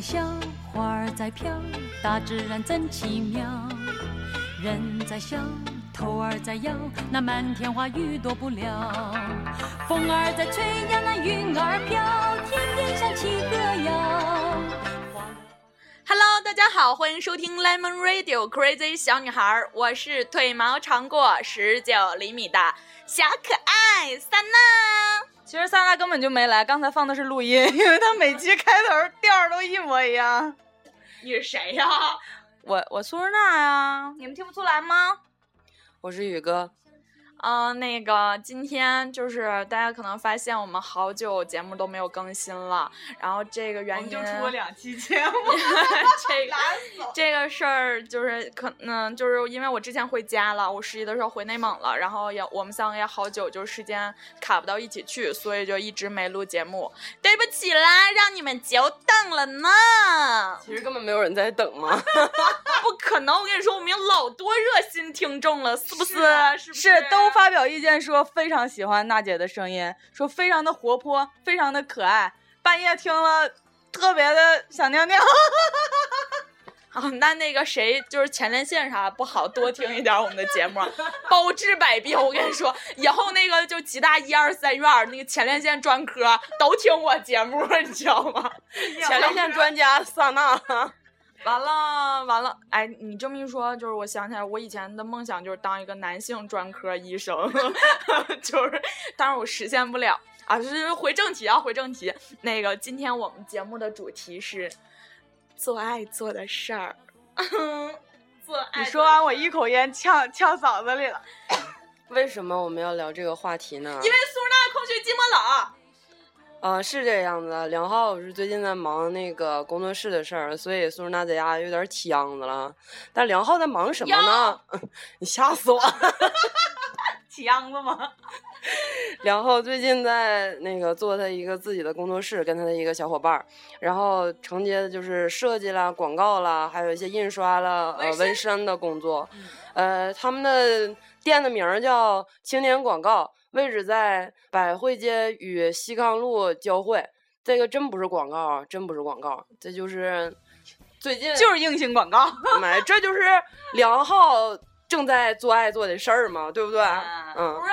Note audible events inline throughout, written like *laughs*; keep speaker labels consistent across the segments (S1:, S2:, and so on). S1: 笑，花儿在飘，大自然真奇妙。人在笑，头儿在摇，那漫天花雨躲不了。风儿在吹呀，那云儿飘，天边响起歌谣。花
S2: Hello，大家好，欢迎收听 Lemon Radio Crazy 小女孩儿，我是腿毛长过十九厘米的小可爱三娜。
S3: 其实萨拉根本就没来，刚才放的是录音，因为他每期开头调儿都一模一样。
S2: 你是谁呀、
S3: 我我苏日娜呀，
S2: 你们听不出来吗？
S3: 我是宇哥，
S2: 嗯、那个今天就是大家可能发现我们好久节目都没有更新了，然后这个原因
S3: 两期节
S2: *laughs*
S3: 目，
S2: 这个这个事儿就是可能就是因为我之前回家了，我十一的时候回内蒙了，然后也我们三个也好久就是时间卡不到一起去，所以就一直没录节目。对不起啦，让你们久等了呢。
S4: 其实根本没有人在等嘛，
S2: 不可能，我跟你说，我们有老多热心听众了，是不是？啊是不
S3: 是都发表意见说非常喜欢娜姐的声音，说非常的活泼，非常的可爱，半夜听了特别的想尿尿。
S2: *laughs* 啊，那那个谁，就是前列腺啥不好，多听一点我们的节目，啊包治百病。我跟你说，以后那个就吉大一二三院儿那个前列腺专科都听我节目，你知道吗？ *laughs*
S4: 前列腺专家萨娜，
S2: 完了完了，哎，你这么一说，就是我想起来，我以前的梦想就是当一个男性专科医生， *laughs* 就是，但是我实现不了啊。就是回正题啊，回正题。那个，今天我们节目的主题是做爱做的事儿。 *laughs* 啊做爱做
S3: 你说完，我一口烟呛呛嗓子里了。
S4: 为什么我们要聊这个话题呢？
S2: 因为苏娜空虚寂寞冷，
S4: 啊、是这样子的，梁浩是最近在忙那个工作室的事儿，所以苏珊娜在家有点起秧子了。但梁浩在忙什么呢？ *laughs* 你吓死我！
S3: 起秧子吗？
S4: 梁浩最近在那个做他一个自己的工作室，跟他的一个小伙伴儿，然后承接的就是设计啦、广告啦，还有一些印刷啦、呃纹身的工作。呃，他们的店的名儿叫青年广告，位置在百汇街与西康路交汇。这个真不是广告啊，真不是广告，这就是最近
S3: 就是硬性广告。
S4: 买，这就是梁浩正在做爱做的事儿嘛，对不对？
S3: 啊
S4: 嗯
S2: 不，是。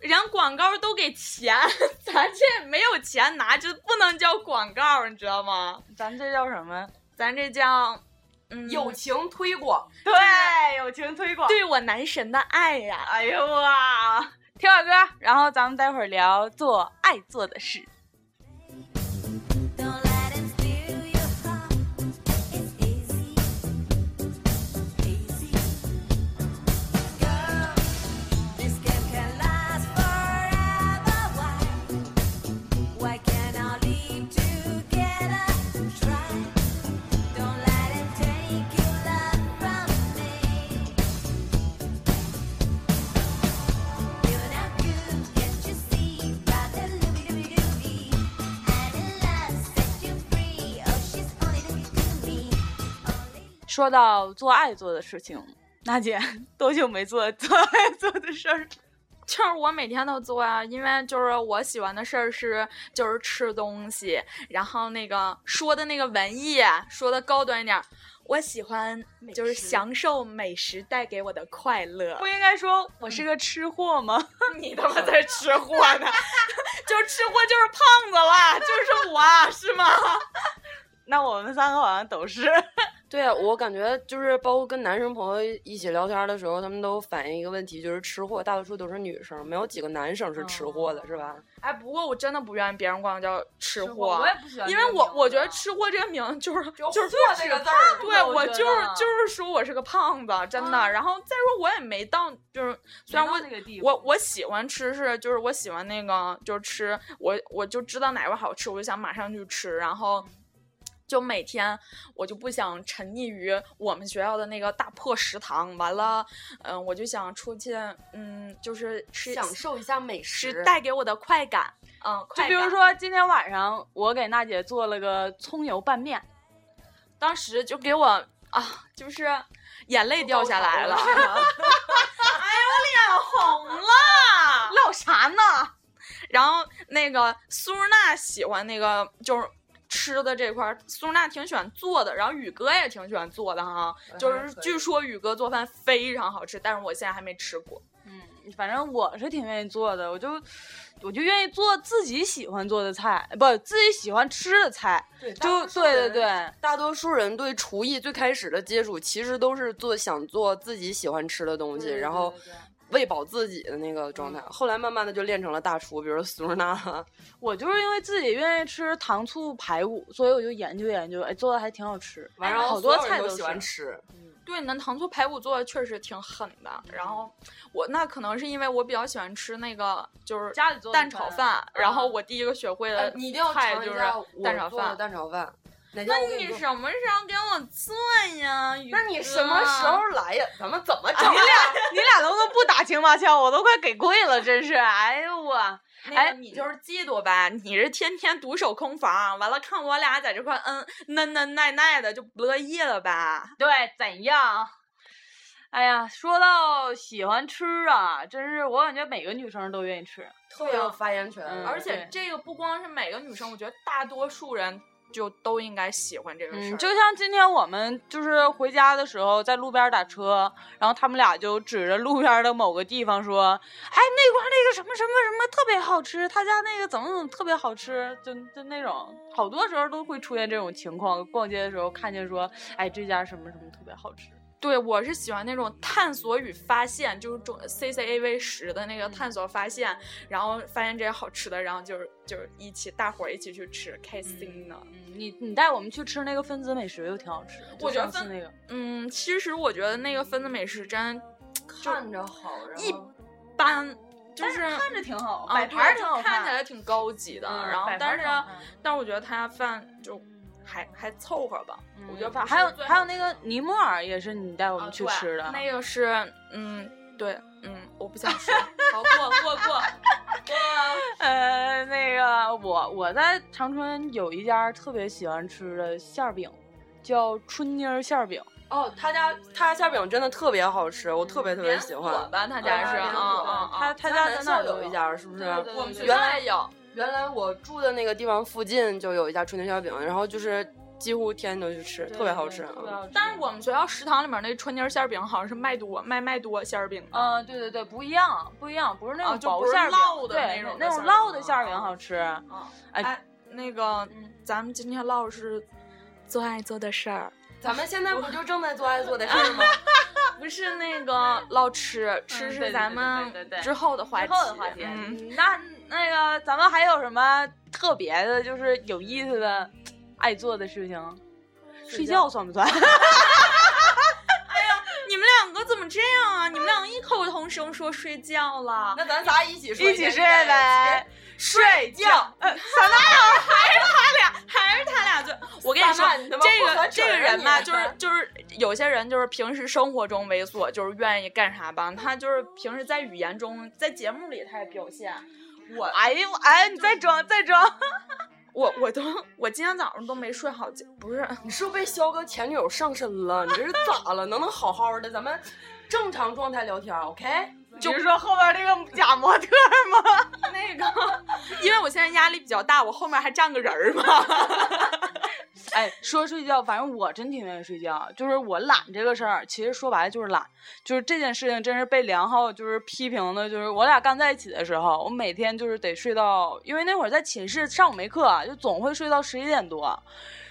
S2: 人广告都给钱， *laughs* 咱这没有钱拿，就不能叫广告，你知道吗？
S3: *laughs* 咱这叫什么？
S2: 咱这叫，嗯，
S4: 情推广。
S3: 对，友情推广。
S2: 对我男神的爱呀、
S3: 哎呦哇！听首歌，然后咱们待会儿聊做爱做的事。
S5: Don't let him steal your heart. It's easy, easy. Girl, this game can last forever. Why? Why can't I live together? Try. Don't let him take your love from me. You're not good, can't you see? Got the looky-looky-looky. And it lasts, set you free. Oh, she's only looking to me. Only.
S3: 说到做爱做的事情，娜姐多久没做做 *laughs* 爱做的事儿？
S2: *laughs* 就是我每天都做啊，因为就是我喜欢的事儿是就是吃东西，然后那个说的那个文艺，啊说的高端一点儿，我喜欢就是享受美食带给我的快乐。
S3: 不应该说我是个吃货吗？ *laughs*
S2: *laughs* 你他妈才吃货呢！就是吃货 *laughs* 就是胖子啦，就是我是吗？
S3: 啊 *laughs* 那我们三个好像都是。
S4: 对啊，我感觉就是包括跟男生朋友一起聊天的时候，他们都反映一个问题，就是吃货大多数都是女生，没有几个男生是吃货的，是吧？
S2: 哎，不过我真的不愿意别人管我叫吃货，
S3: 不喜欢
S2: 因为我我觉得吃货这个名就是就是
S3: 错这个字
S2: 胖
S3: 儿
S2: 对我
S3: 觉
S2: 就是
S3: 得
S2: 就是说我是个胖子，真的。
S3: 啊
S2: 然后再说我也没到，就是虽然我
S3: 没到那个地步
S2: 我我喜欢吃是就是我喜欢那个就是吃我我就知道哪块好吃，我就想马上去吃，然后。
S3: 嗯
S2: 就每天，我就不想沉溺于我们学校的那个大破食堂。完了，嗯，我就想出去，嗯，就是吃
S4: 受一下美
S2: 吃带给我的快感，嗯，
S3: 就
S2: 快
S3: 比如
S2: 感
S3: 说今天晚上我给娜姐做了个葱油拌面，
S2: 当时就给我啊，就是眼泪掉下来
S4: *laughs*
S2: 了，哎，我脸红了。 *laughs*
S3: 唠啥呢？
S2: 然后那个苏娜喜欢那个就是吃的这块儿，苏娜挺喜欢做的，然后宇哥也挺喜欢做的哈，
S4: 嗯
S2: 就是据说宇哥做饭非常好吃，但是我现在还没吃过。
S3: 嗯，反正我是挺愿意做的，我就我就愿意做自己喜欢做的菜，不自己喜欢吃的菜，
S4: 对
S3: 就对对对，
S4: 大多数人对厨艺最开始的接触，其实都是做想做自己喜欢吃的东西，然后喂饱自己的那个状态。后来慢慢的就练成了大厨，比如说 *laughs* 苏娜，
S3: 我就是因为自己愿意吃糖醋排骨，所以我就研究研究，哎，做的还挺好吃，
S4: 完
S3: 然
S4: 了
S3: 后好
S4: 所
S3: 多
S4: 有人
S3: 菜
S4: 都
S3: 都
S4: 喜
S3: 是
S4: 欢。吃。
S2: 对，你的糖醋排骨做的确实挺狠的。然后我那可能是因为我比较喜欢吃那个就是
S3: 家里做的
S2: 蛋炒饭，然后我第一个学会
S4: 呃
S2: 的，
S4: 啊你一定要
S2: 菜
S4: 尝一
S2: 就是
S4: 下
S2: 蛋
S4: 我
S2: 炒
S4: 做的
S2: 饭。
S4: 蛋炒饭。那
S2: 那你什么时候给我做呀？宇
S4: 那你
S2: 哥
S4: 什么时候来嗯啊哎呀？咱们怎么整？
S3: 你俩能不能不打情骂俏？我都快给跪了，真是！哎呦我，
S2: 哎，
S3: 哎
S2: 你就是嫉妒呗，你是天天独守空房，完了看我俩在这块嗯嫩嫩耐耐的，就不乐意了吧？
S3: 对，怎样？哎呀，说到喜欢吃啊，真是我感觉每个女生都愿意吃。
S4: 特别有发言权，
S3: 嗯
S2: 而且
S3: 对
S2: 这个不光是每个女生，我觉得大多数人就都应该喜欢这个事儿、
S3: 嗯，就像今天我们就是回家的时候，在路边打车，然后他们俩就指着路边的某个地方说：“哎，那块儿那个什么什么什么特别好吃，他家那个怎么怎么特别好吃。就”就那种，好多时候都会出现这种情况。逛街的时候看见说：“哎，这家什么什么特别好吃。
S2: 对我是喜欢那种探索与发现，就是中 C C A V 十的那个探索发现，然后发现这些好吃的，然后就是就是一起大伙儿一起去吃，开心的。”
S3: 嗯，你你带我们去吃那个分子美食又挺好吃，就
S2: 我觉得
S3: 上次
S2: 分
S3: 那个
S2: 嗯，其实我觉得那个分子美食真
S4: 看着好，然
S2: 一
S4: 后
S2: 般，就是
S3: 看着挺好，
S2: 啊
S3: 摆
S2: 对
S3: 盘儿
S2: 就
S3: 挺好
S2: 看起来挺高级的。
S3: 嗯
S2: 然后
S3: 摆，
S2: 但
S3: 盘
S2: 是
S3: 儿挺好看
S2: 但是我觉得他家饭就还还凑合吧。我觉得把
S3: 嗯还有还有那个尼泊尔也是你带我
S2: 我
S3: 们去吃的，
S2: 啊那个是嗯对嗯，我不想
S3: *laughs*
S2: 说，好过过过。
S3: 呃，那个我我在长春有一家特别喜欢吃的馅儿饼，叫春妮儿馅儿饼。
S4: 哦，他家他家馅饼真的特别好吃，我特别特别喜
S2: 连锁
S4: 欢。
S2: 吧，
S3: 嗯
S2: 他家是啊
S4: 啊连
S2: 啊
S4: 锁
S2: 啊！
S3: 他
S2: 啊
S3: 他
S4: 家
S3: 家在
S4: 南
S3: 那
S4: 校
S3: 儿
S4: 有一，家，是不是？
S3: 对
S2: 我们学
S4: 原
S2: 校
S4: 来
S2: 也有，
S4: 原来我住的那个地方附近就有一家春牛馅饼，然后就是几乎天天都去吃，特别好吃。嗯
S3: 特别好吃。啊
S2: 但是我们学校食堂里面那春泥儿馅儿饼好像是麦多麦麦多馅儿
S3: *laughs*
S2: 饼的。
S3: 嗯，对对对，不一样，不一样，不是那
S2: 啊
S3: 种
S2: 就不
S3: 薄
S2: 是
S3: 馅儿饼，
S2: 烙的那
S3: 对，
S2: 种的
S3: 那
S2: 馅儿
S3: 种
S2: 饼
S3: 烙的馅儿饼
S2: 啊
S3: 好吃。
S2: 啊，
S3: 哎
S2: 哎，嗯那个，咱们今天唠的是做爱做的事儿，
S4: 咱们现在不就正在做爱做的事儿 *laughs* 吗？
S2: *laughs* 不是那个嗯唠吃，吃
S3: 对
S2: 是
S3: 对
S2: 咱
S3: 对对
S2: 们
S3: 对对对
S2: 之后的话
S3: 之
S2: 题。
S3: 后的话题，
S2: 嗯，
S3: 嗯那那个咱们还有什么特别的，就是有意思的、爱做的事情？睡觉算不算？ *laughs*
S2: 你们两个怎么这样啊？你们两个异口同声说睡觉了，
S4: 那咱仨一起说，
S3: 一起睡呗，
S2: 睡觉。
S3: *laughs*
S2: 咱俩啊 *laughs* 还是他俩，还是他俩最。我跟你说
S4: 咱俩你他，妈
S2: 这
S4: 不合
S2: 个这
S4: 群儿
S3: 啊
S2: 个人吧，
S4: 你
S3: *laughs*
S2: 就是就是有些人就是平时生活中猥琐，就是愿意干啥吧，他就是平时在语言中，在节目里他也表现。我
S3: 哎呦哎，你再装再装。 *laughs*
S2: 我我都我今天早上都没睡好觉，不是
S4: 你是不是被肖哥前女友上身了？你这是咋了？能不能好好的？咱们正常状态聊天，OK？啊
S3: 就说后边这个假模特吗？
S2: 那个，因为我现在压力比较大，我后面还站个人儿
S3: *laughs*
S2: 嘛。
S3: 哎，说睡觉，反正我真挺愿意睡觉。就是我懒这个事儿，其实说白了就是懒。就是这件事情，真是被梁浩就是批评的，就是我俩刚在一起的时候，我每天就是得睡到，因为那会儿在寝室上午没课，啊就总会睡到十一点多。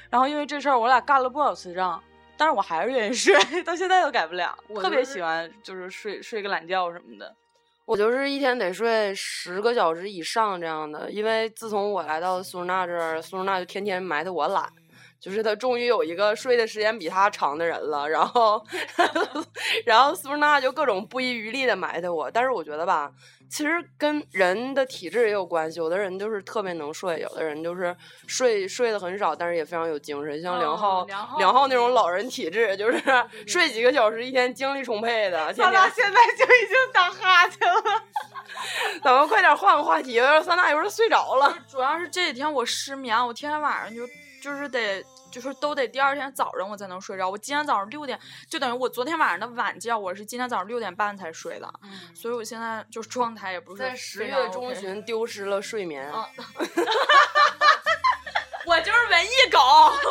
S3: 然后因为这事儿，我俩干了不少次仗，但是我还是愿意睡，到现在都改不了。
S4: 我
S3: 特
S4: 就
S3: 别
S4: 是
S3: 喜欢就是睡睡个懒觉什么的。
S4: 我就是一天得睡十个小时以上这样的，因为自从我来到苏娜这儿，苏娜就天天埋汰我懒，就是她终于有一个睡的时间比她长的人了，然后， *laughs* 然后苏娜就各种不遗余力的埋汰我，但是我觉得吧，其实跟人的体质也有关系，有的人就是特别能睡，有的人就是睡睡的很少，但是也非常有精神。像梁浩，
S3: 梁浩
S4: 梁浩那种老人体质，就是睡几个小时，一天精力充沛的。天
S3: 咱俩
S4: 天，
S3: 现在就已经打哈欠了。
S4: 咱们快点换个话题，让三大有人睡着了。
S2: 主要是这几天我失眠，我天天晚上就就是得就是都得第二天早上我才能睡着。我今天早上六点，就等于我昨天晚上的晚觉，我是今天早上六点半才睡的，所以我现在就是状态也不是
S4: 在
S2: 非常
S4: 十月中
S3: 嗯
S2: OK。
S4: 旬丢失了睡眠，
S2: 啊我就是文艺狗，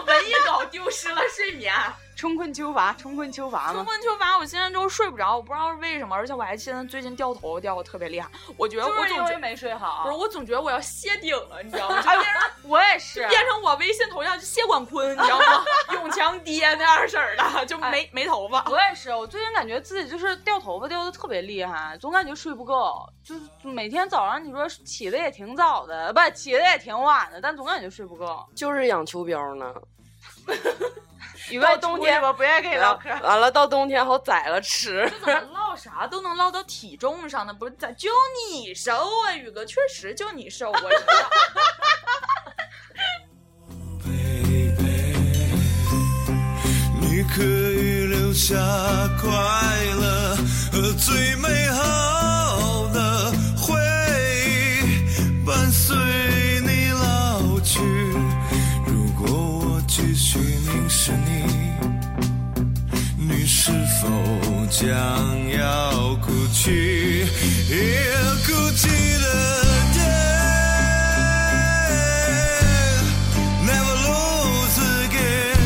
S2: 文艺狗丢失了睡 *laughs* 眠。
S3: 冲困秋乏，冲困秋乏
S2: 春
S3: 嘛。
S2: 困秋乏，我现在都睡不着，我不知道是为什么，而且我还现在最近掉头掉的特别厉害，我觉得我
S3: 就是因
S2: 总
S3: 为
S2: 觉
S3: 没睡
S2: 不是，
S3: 好。
S2: 我总觉得我要谢顶了，你知 *laughs* 道吗？就
S3: 哎
S2: 变
S3: 呦
S2: 成
S3: 我也是，
S2: 变成我微信头像就谢广坤，你知道 *laughs* 吗？永强爹那样式儿的，就没、没头发。
S3: 我也是，我最近感觉自己就是掉头发掉的特别厉害，总感觉睡不够，就是每天早上你说起的也挺早的，不起的也挺晚的，但总感觉睡不够。
S4: 就是养秋
S3: *laughs*
S4: 膘呢。
S3: 一
S4: 到冬天
S3: 我不愿意跟你唠嗑。
S4: 完了到冬天好宰
S3: *laughs*
S4: 了吃。
S2: 怎么唠啥都能唠到体重上呢？不是咋就你瘦啊，宇哥，确实就你瘦，啊我知道。
S6: Baby，你可以留下快乐和最美好的回忆，伴随你老去。如果我继续凝视你，你是否将要哭泣？也哭泣的天。never lose again.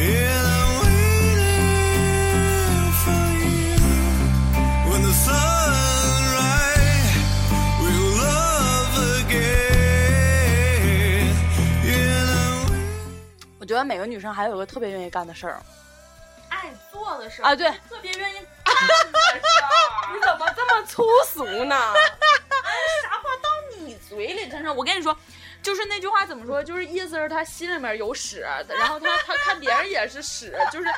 S6: And I'm waiting for you when the sunrise will love again. And I'm waiting.
S3: *laughs* 我觉得每个女生还有一个特别愿意干的事儿
S2: 爱做的事儿
S3: 啊，对，
S2: 特别愿意干的事儿，
S3: *laughs*
S4: 怎么这么粗俗呢？
S2: 啥话到你嘴里，真是我跟你说。就是那句话怎么说？就是意思是他心里面有屎，然后他他看别人也是屎，就是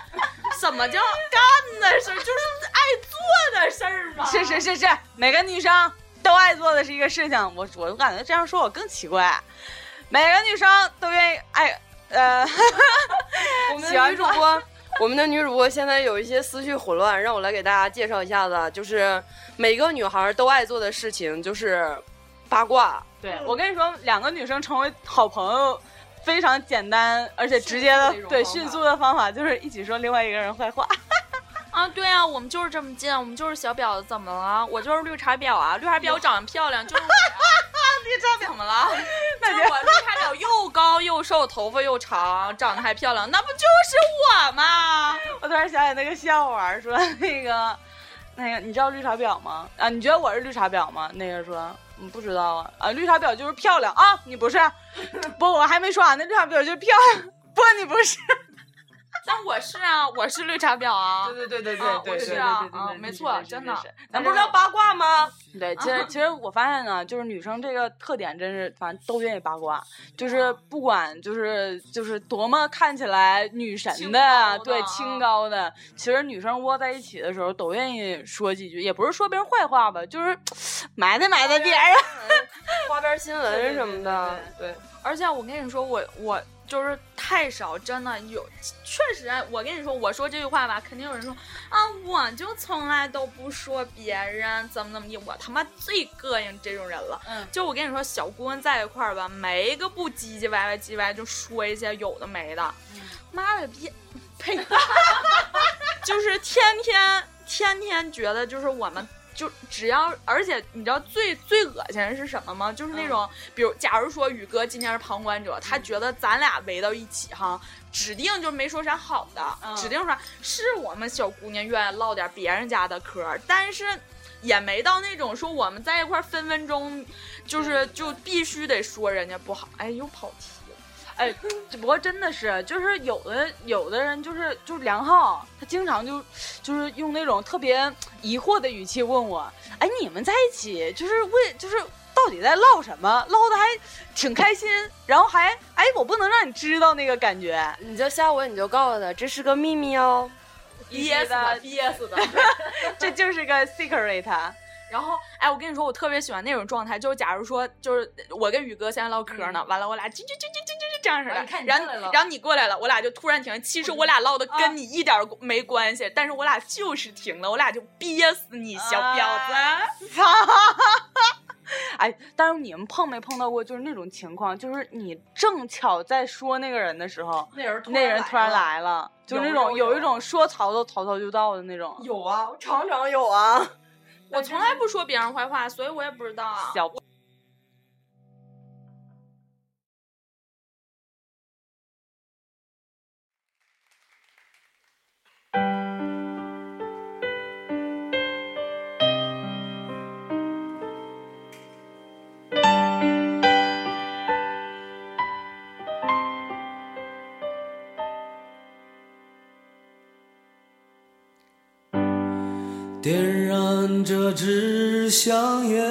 S2: 什么叫干的事儿，就是爱做的事儿嘛。
S3: 是是是是，每个女生都爱做的是一个事情。我我感觉这样说我更奇怪，每个女生都愿意爱
S2: *laughs*
S3: 呃，
S4: 我们
S3: 喜
S4: 的
S3: 欢
S4: 女主
S3: 做
S4: 播，我们的女主播现在有一些思绪混乱，让我来给大家介绍一下子啊，就是每个女孩都爱做的事情就是八卦。
S3: 对我跟你说，两个女生成为好朋友。非常简单而且直接的
S2: 迅速的一，种
S3: 对
S2: 方法
S3: 迅速的方法就是一起说另外一个人坏话。
S2: 啊，对啊，我们就是这么近，我们就是小婊子，怎么了？我就是绿茶婊啊，绿茶婊长得漂亮，
S3: *laughs*
S2: 就是我呀。绿茶婊怎么了？就是我绿茶婊又高又瘦，头发又长，长得还漂亮，那不就是我吗？
S3: 我突然想起那个笑话儿，说那个，那个，你知道绿茶婊吗？啊，你觉得我是绿茶婊吗？那个人说，嗯，不知道啊。啊，绿茶婊就是漂亮啊，你不是？不，我还没说完呢，绿茶婊就是漂亮。不，你不是。
S2: 但我是啊，我是绿茶婊啊。
S3: 对对对
S2: 啊我是啊啊没错真的
S3: 咱
S4: 咱
S3: 不知
S4: 不是
S3: 道
S4: 聊
S3: 八
S4: 八卦吗？
S3: 哎 *laughs* 对，
S4: 啊
S3: 其实其实我发现呢，就是女生这个特点真是，反正都愿意八卦，
S4: 啊
S3: 就是不管就是就是多么看起来女神
S2: 清
S3: 的，
S2: 高的
S3: 对
S2: 啊
S3: 清高的，其实女生窝在一起的时候都愿意说几句，也不是说别人坏话吧，就是埋汰埋汰啊别人。
S4: 花边新闻什么的，对，
S2: 而且我跟你说，我我就是太少，真的有，确实，啊我跟你说，我说这句话吧，肯定有人说啊，我就从来都不说别人怎么怎么地，我他妈最膈应这种人了。
S3: 嗯
S2: 就我跟你说，小姑娘在一块儿吧，没一个不唧唧歪歪唧歪，就说一些有的没的，
S3: 嗯
S2: 妈了个逼，
S3: *laughs*
S2: 呸，就是天天天天觉得就是我们。就只要，而且你知道最最恶心的是什么吗？就是那种，
S3: 嗯
S2: 比如假如说宇哥今天是旁观者，他觉得咱俩围到一起哈，指定就没说啥好的，
S3: 嗯
S2: 指定说是我们小姑娘愿意唠点别人家的嗑儿，但是也没到那种说我们在一块儿分分钟就是就必须得说人家不好。哎，又跑题了。
S3: 哎，只不过真的是，就是有的有的人就是就是梁浩，他经常就就是用那种特别疑惑的语气问我，哎，你们在一起就是为就是到底在唠什么？唠的还挺开心，然后还哎，我不能让你知道那个感觉。
S4: 你就下回你就告诉他这是个秘密哦。
S2: 憋死他，憋死他！
S3: 这就是个 secret。啊
S2: 然后，哎，我跟你说，我特别喜欢那种状态，就是假如说，就是我跟宇哥现在唠嗑呢，完了我俩啾啾啾啾啾啾这样似
S4: 嗯啊你看
S2: 的，然后
S4: 你过来了啊
S2: 然后你过来了，我俩就突然停。其实我俩唠的跟你一点儿没关系，但是我俩就是停了，我俩就憋死你
S3: 啊
S2: 小
S4: 啊
S2: 婊子！
S3: 操！哎，但是你们碰没碰到过就是那种情况，就是你正巧在说那个人的时候，
S4: 那人
S3: 那人突然，来了，就是那种
S4: 有有
S3: 有一种说曹操曹操就到的那种。
S4: 有啊，常常有啊。
S2: 我从来啊不说别人坏话，所以我也不知道。
S3: 小
S6: 点燃这支香烟，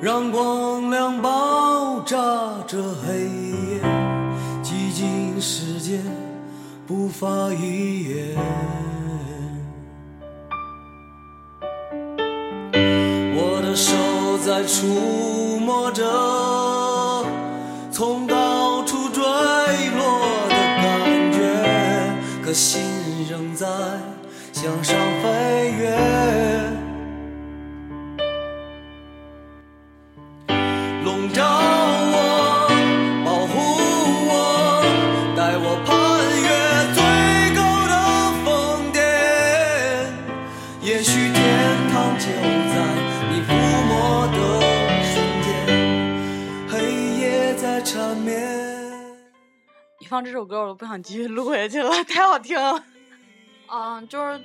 S6: 让光亮爆炸这黑夜，寂静世界不发一言。我的手在触摸着从高处坠落的感觉，可心仍在向上飞跃。笼罩我，保护我，带我攀越最高的峰巅。也许天堂就在你抚摸的瞬间，黑夜在缠绵。
S3: 你放这首歌，我都不想继续录下去了，太好听了。
S2: 嗯，就是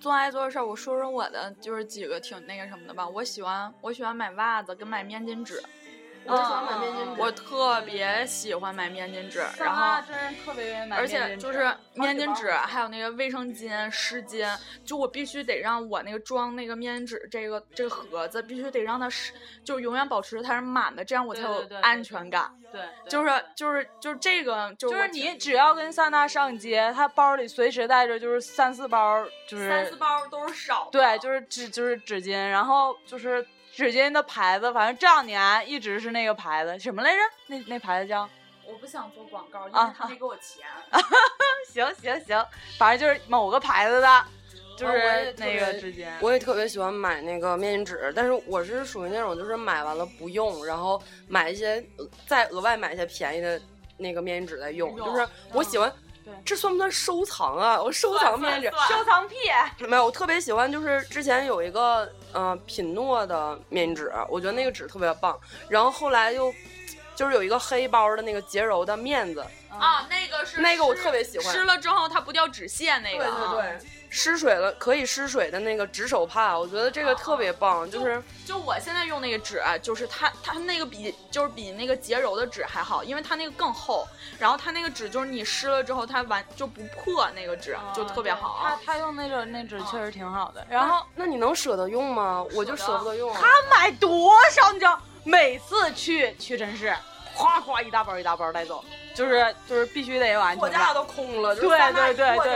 S2: 做爱做的事儿。我说说我的，就是几个挺那个什么的吧。我喜欢我喜欢买袜子跟买面巾纸，嗯
S4: 我就喜欢
S3: 嗯
S4: 买面巾纸
S2: 我特别喜欢买面巾纸，然
S3: 然
S2: 后
S3: 后真人特别愿意买
S2: 而
S3: 面巾纸，
S2: 且就是面巾纸，
S3: 啊
S2: 还有那个卫生巾、湿巾，就我必须得让我那个装那个面巾纸这个这个盒子，必须得让它是就永远保持它是满的，这样我才
S3: 对
S2: 有
S3: 对对对
S2: 安全感。
S3: 对，
S2: 就是就是就是这个，就
S3: 就是是
S2: 我
S3: 你只要跟萨娜上街，她包里随时带着就是三四包，就是
S2: 三四包都是少的，
S3: 对，就是纸就是纸巾，然后就是纸巾的牌子，反正这两年一直是那个牌子，什么来着？那那牌子叫？
S2: 我不想做广告，因
S3: 啊
S2: 为他没给我钱。
S3: 行行行，反正就是某个牌子的，就
S4: 啊我也
S3: 是
S4: 特
S3: 那
S4: 别
S3: 个纸巾。
S4: 我也特别喜欢买那个面巾纸，但是我是属于那种就是买完了不用，然后买一些呃再额外买一些便宜的那个面巾纸再用，
S2: 用
S4: 就是我喜欢
S3: 对。
S4: 这算不算收藏啊？我收藏面巾
S3: 收藏癖，
S4: 纸，没有，我特别喜欢，就是之前有一个嗯、呃品诺的面巾纸，我觉得那个纸特别棒。然后后来又就是有一个黑包的那个洁柔的面子，
S2: 啊，那个是
S4: 那个我
S2: 湿
S4: 特别喜欢
S2: 湿了之后它不掉纸屑那个。啊
S4: 对对，啊湿水了可以湿水的那个纸手帕，我觉得这个特别棒，啊就是
S2: 就我现在用那个纸啊，就是它它那个比就是比那个洁柔的纸还好，因为它那个更厚，然后它那个纸就是你湿了之后它完就不破那个纸，就
S3: 啊
S2: 特别好。
S3: 他他用那个那纸确实挺好的。然后
S4: 那你能舍得用吗？我就舍不得用。
S3: 他买多少？你知道，每次去屈臣氏，夸夸一大包一大包带走，就是就是必须得有安全感。
S4: 都空了，
S3: 对对对对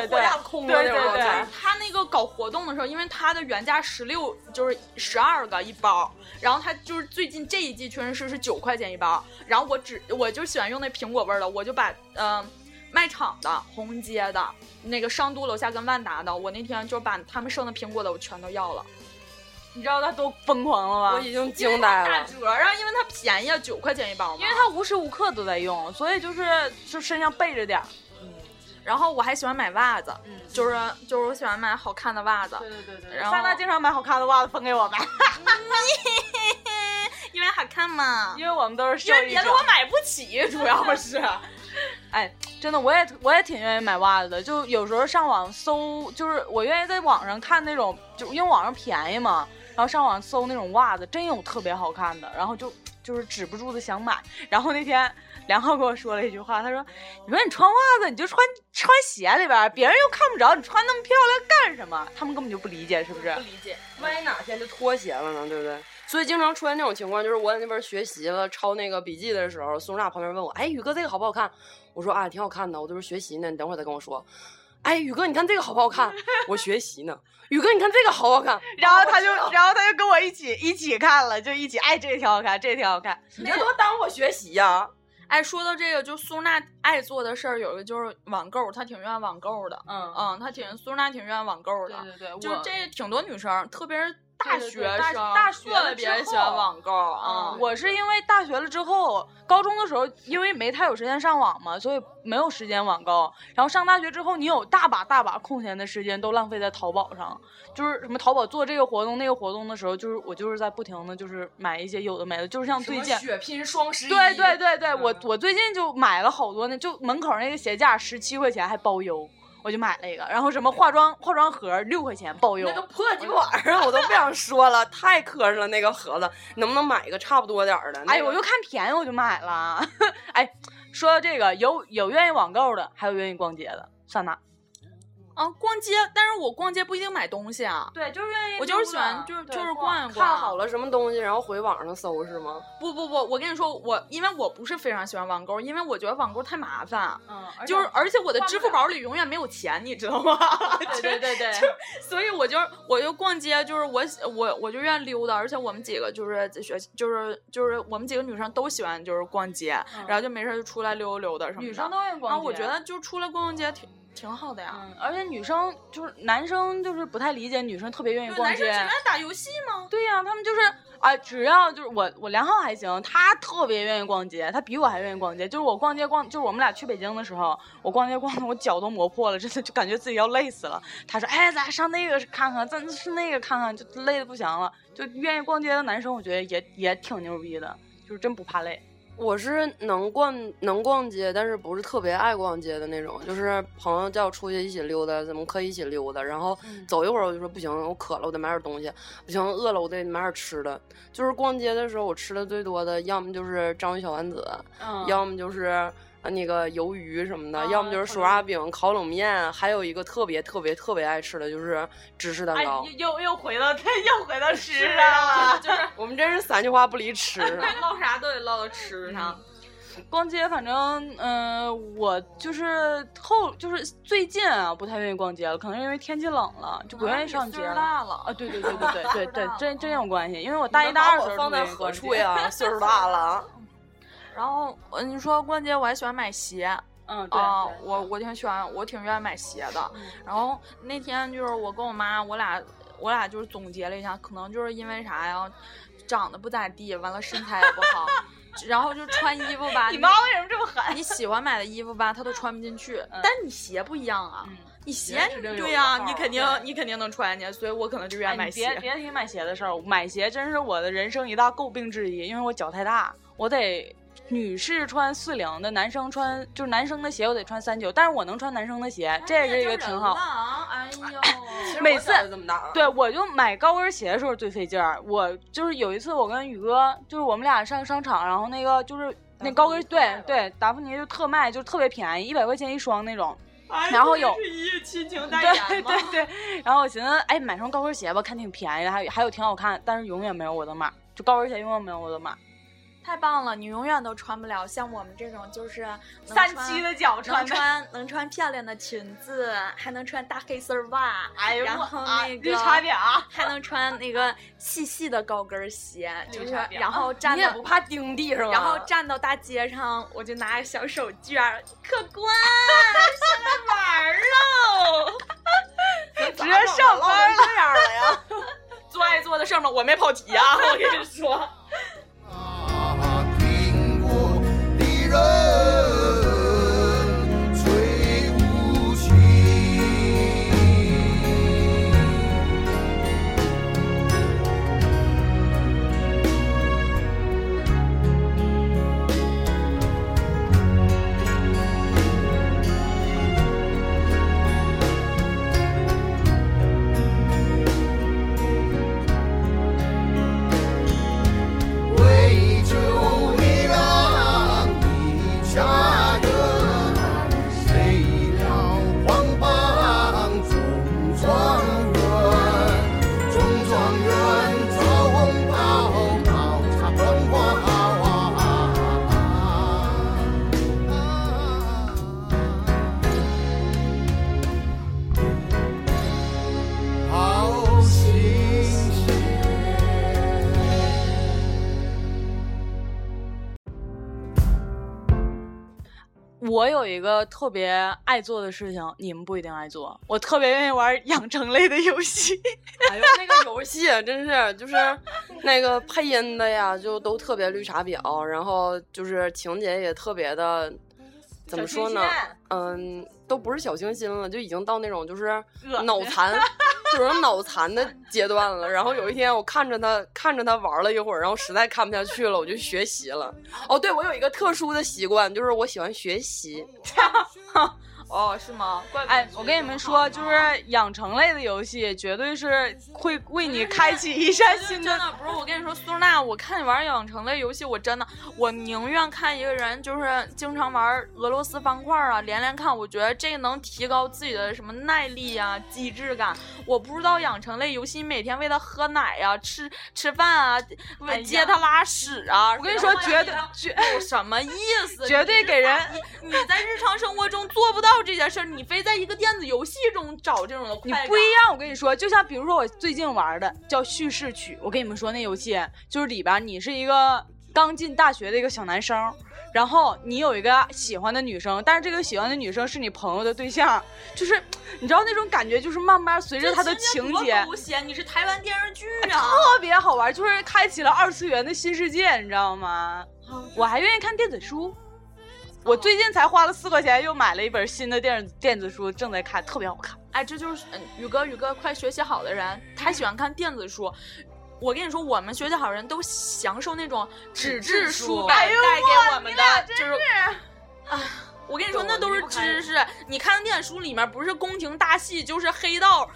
S3: 对，
S4: 空
S3: 对对对，
S2: 他那个搞活动的时候，因为它的原价十六就是十二个一包，然后它就是最近这一季屈臣氏是九块钱一包，然后我只我就喜欢用那苹果味儿的，我就把嗯、呃卖场的、红街的、那个商都楼下跟万达的，我那天就把他们剩的苹果的我全都要了，
S3: 你知道他多疯狂了
S4: 我
S3: 吧？
S4: 已经惊呆
S2: 打
S4: 了。
S2: 折啊，然后因为它便宜啊，九块钱一包嘛。
S3: 因为他无时无刻都在用，所以就是就身上备着点儿。
S2: 然后我还喜欢买袜子，就是就是我喜欢买好看的袜子，
S3: 嗯对对对
S2: 然后
S3: 莎娜经常买好看的袜子分给我们，
S2: *laughs* 因为好看嘛。
S3: 因为我们都是
S2: 因
S3: 受
S2: 为
S3: 益
S2: 别
S3: 者
S2: 的。我买不起，主要是。
S3: 哎，真的，我也我也挺愿意买袜子的。就有时候上网搜，就是我愿意在网上看那种，就因为网上便宜嘛，然后上网搜那种袜子，真有特别好看的，然后就就是止不住的想买。然后那天梁浩跟我说了一句话，他说：“你说你穿袜子，你就穿穿鞋里边儿，别人又看不着，你穿那么漂亮干什么？”他们根本就不理解，是不是？
S2: 理解。
S4: 万一哪天就脱鞋了呢，对不对？所以经常出现这种情况，就是我在那边学习了，抄那个笔记的时候，苏娜旁边问我：“哎，宇哥这个好不好看？”我说：“啊，挺好看的，我就是学习呢。”你等会儿再跟我说。哎，宇哥，你看这个好不好看？我学习呢。宇哥，你看这个好不好看？
S3: 然后他就，然后他就跟我一起一起看了，就一起，哎，这个挺好看，这个挺好看。
S4: 你这多耽误我学习呀、
S2: 哎，说到这个，就苏娜爱做的事儿，有一个就是网购，她挺愿意网购的。
S3: 嗯，
S2: 嗯，她挺苏娜挺愿意网购的，
S3: 对对
S2: 就是这挺多女生，特别是大
S3: 对对
S2: 学
S3: 对
S2: 生，
S3: 大大学了
S2: 特别
S3: 之后
S2: 喜欢网购啊。
S3: 嗯，我是因为大学了之后，高中的时候因为没太有时间上网嘛，所以没有时间网购。然后上大学之后，你有大把大把空闲的时间都浪费在淘宝上，就是什么淘宝做这个活动那个活动的时候，就是我就是在不停的就是买一些有的没的，就是像最近
S4: 血拼双十
S3: 对对对对，
S2: 嗯
S3: 我我最近就买了好多那，就门口那个鞋架十七块钱还包邮，我就买了一个。然后什么化妆化妆盒六块钱包邮
S4: 那，都破鸡巴玩意儿，我都不想说了，太磕碜了那个盒子，能不能买一个差不多点儿的？
S3: 哎
S4: 那
S3: 呦，
S4: 个
S3: 我就看便宜我就买了。 *laughs* 哎，说到这个，有有愿意网购的，还有愿意逛街的，上哪？
S2: 啊，逛街，但是我逛街不一定买东西啊。
S3: 对，就是愿意
S2: 我就是喜欢，就是就是逛一逛。
S4: 看好了什么东西，然后回网上搜是吗？
S2: 不不不，我跟你说，我因为我不是非常喜欢网购，因为我觉得网购太麻烦，
S3: 嗯，
S2: 就是而且我的
S3: 换不
S2: 支付
S3: 了
S2: 宝里永远没有钱，你知道吗？
S3: 对对对对，
S2: 所以我就我就逛街，就是我喜我我就愿意溜达，而且我们几个就是学就是就是我们几个女生都喜欢就是逛街，
S3: 嗯
S2: 然后就没事儿就出来溜达溜达什么的。
S3: 女生都愿意
S2: 然后
S3: 逛街。
S2: 我觉得就出来逛逛街挺挺好的呀。
S3: 嗯，而且女生就是男生就是不太理解女生特别愿意
S2: 对，
S3: 逛
S2: 男生
S3: 街
S2: 只。愿意打游戏吗？
S3: 对呀、他们就是啊，只要就是我我梁浩还行，他特别愿意逛街，他比我还愿意逛街。就是我逛街逛，就是我们俩去北京的时候，我逛街逛的我脚都磨破了，真的就感觉自己要累死了。他说：“哎，咱上那个看看，咱是那个看看，就累的不行了。”就愿意逛街的男生，我觉得也也挺牛逼的，就是真不怕累。
S4: 我是能逛能逛街，但是不是特别爱逛街的那种，就是朋友叫我出去一起溜达，咱们可以一起溜达，然后
S3: 嗯
S4: 走一会儿我就说不行，我渴了，我得买点东西，不行饿了我得买点吃的。就是逛街的时候，我吃的最多的，要么就是章鱼小丸子，
S3: 嗯
S4: 要么就是呃那个鱿鱼什么的，
S3: 啊
S4: 要么就是
S3: 烤
S4: 手抓饼、烤冷面，还有一个特别特别特别爱吃的就是芝士蛋
S3: 哎，
S4: 糕
S3: 又。又又回到 *laughs* 又回到吃
S2: 是
S3: 啊
S2: 啊，。就是
S4: 我们真是三句话不离吃。啊
S2: 唠啥都得唠到吃上。
S3: 逛街，反正嗯、呃我就是后就是最近啊，不太愿意逛街了，可能是因为天气冷了，就不愿意上街
S2: 啊岁数
S3: 了。
S2: 大了
S3: 啊，对对对对
S2: *laughs*
S3: 对对对，
S2: 啊
S3: 真真有关系，因为我大
S4: 大
S3: 一
S4: 一、
S3: 大
S4: 大
S3: 二
S4: 二
S3: 的时候
S4: 放
S3: 就
S4: 在
S3: 没
S4: 何
S3: 逛街
S4: 处？呀？岁数大了。
S2: 然后呃你说逛街，我还喜欢买鞋啊、
S3: *laughs* 嗯，对，对
S2: 我我挺喜欢，我挺愿意买鞋的
S3: 嗯。
S2: 然后那天就是我跟我妈，我俩我俩就是总结了一下，可能就是因为啥呀，长得不咋地，完了身材也不好， *laughs* 然后就穿衣服吧，
S3: 你
S2: 你
S3: 妈为什么这么狠？
S2: 你喜欢买的衣服吧，她都穿不进去，
S3: 嗯
S2: 但你鞋不一样啊，
S3: 嗯
S2: 你鞋
S3: 鞋是真有
S2: 对呀、
S3: 个号
S2: 你
S3: 儿
S2: 肯定
S3: 对
S2: 你肯定能穿进去，所以我可能就愿
S3: 哎
S2: 意买
S3: 你
S2: 鞋。
S3: 别别提买鞋的事儿，买鞋真是我的人生一大诟病之一，因为我脚太大，我得女士穿四零的，男生穿就是男生的鞋我得穿三九，但是我能穿男生的鞋，
S2: 哎
S3: 这也是一个挺好。
S2: 啊、哎呦，
S3: 每次
S4: 这么大啊，
S3: 对，我就买高跟鞋的时候最费劲儿。我就是有一次，我跟宇哥，就是我们俩上商场，然后那个就是那高跟，对对，达芙妮就特卖，就是特别便宜，一百块钱一双那种。然后有
S2: 亲情代
S3: 对
S2: 言吗？
S3: 对对。然后我寻思，哎，买双高跟鞋吧，看挺便宜的，还有还有挺好看，但是永远没有我的码，就高跟鞋永远没有我的码。
S2: 太棒了，你永远都穿不了像我们这种，就是能穿
S3: 的脚
S2: 能穿能穿漂亮的裙子，还能穿大黑丝袜，
S3: 哎呦
S2: 然
S3: 我
S2: 后
S3: 啊
S2: 那个
S3: 绿茶婊啊
S2: 还能穿那个细细的高跟鞋，就是
S3: 绿茶婊啊
S2: 然后站
S4: 你也
S2: 到
S4: 不怕钉地是吧？
S2: 然后站到大街上，我就拿着小手绢儿，客
S3: *laughs*
S2: 官，
S3: 直接上班了。
S4: 这样了
S3: *laughs*
S4: 呀？
S2: 做爱做的上面我没跑题啊，我跟你说。
S6: 那经过的人最无情。为救一让一家人，谁料荒傍中状元，中状元着红袍，帽插黄瓜啊！好新鲜。
S3: 我有一个特别爱做的事情，你们不一定爱做。我特别愿意玩养成类的游戏。
S4: 哎呦，那个游戏真是就是那个配音的呀，就都特别绿茶婊，然后就是情节也特别的，怎么说呢？嗯，都不是小清新了，就已经到那种就是
S3: 恶
S4: 脑
S2: *laughs*
S4: 残，就是脑残的阶段了。然后有一天我看着他看着他玩了一会儿，然后实在看不下去了，我就学习了。哦，对，我有一个特殊的习惯，就是我喜欢学习。
S2: 哦，是吗？怪不得
S3: 哎
S2: 你，
S3: 我
S2: 觉
S3: 跟
S2: 得
S3: 你们
S2: 这么
S3: 说，
S2: 好啊
S3: 就
S2: 玩儿
S3: 是养成类的游戏，绝对是会为你开启一扇
S2: 真
S3: 新
S2: 的真
S3: 的。
S2: 的不是我跟你说，苏娜，我看你玩养成类游戏，我真的，我宁愿看一个人就是经常玩俄罗斯方块啊，连连看，我觉得这能提高自己的什么耐力呀、机智感。我不知道养成类游戏每天喂他喝奶呀、吃吃饭啊，
S3: 哎
S2: 喂
S3: 呀
S2: 接他拉屎啊，我
S3: 我跟你说，绝对绝
S2: 有什么意思？
S3: *laughs* *laughs* 绝对给人，
S2: *laughs* 你在日常生活中做不到这件事儿，你非在一个电子游戏中找这种的快
S3: 你
S2: 感。
S3: 不一样。我跟你说，就像比如说我最近玩的叫叙事曲，我跟你们说那游戏就是里边你是一个刚进大学的一个小男生。然后你有一个喜欢的女生，但是这个喜欢的女生是你朋友的对象，就是你知道那种感觉，就是慢慢随着
S2: 这
S3: 他的
S2: 情
S3: 情
S2: 多
S3: 节，
S2: 狗血，你是台湾电视剧
S3: *laughs*
S2: 啊！
S3: 特别好玩，就是开启了二次元的新世界，你知道吗？我还愿意看电子书，我最近才花了四块钱又买了一本新的电子电子书，正在看，特别好看。
S2: 哎，这就是嗯，宇哥，宇哥，快学习好的人，他喜欢看电子书。我跟你说，我们学习好的人都享受那种纸质书版
S3: 哎呦
S2: 带给我们
S3: 你
S2: 的
S3: 俩，
S2: 就是啊。我跟你说，
S3: 对
S2: 那
S3: 我
S2: 都
S3: 离
S2: 是
S3: 不开
S2: 知识。你看电子书里面不是宫廷大戏，就是黑道，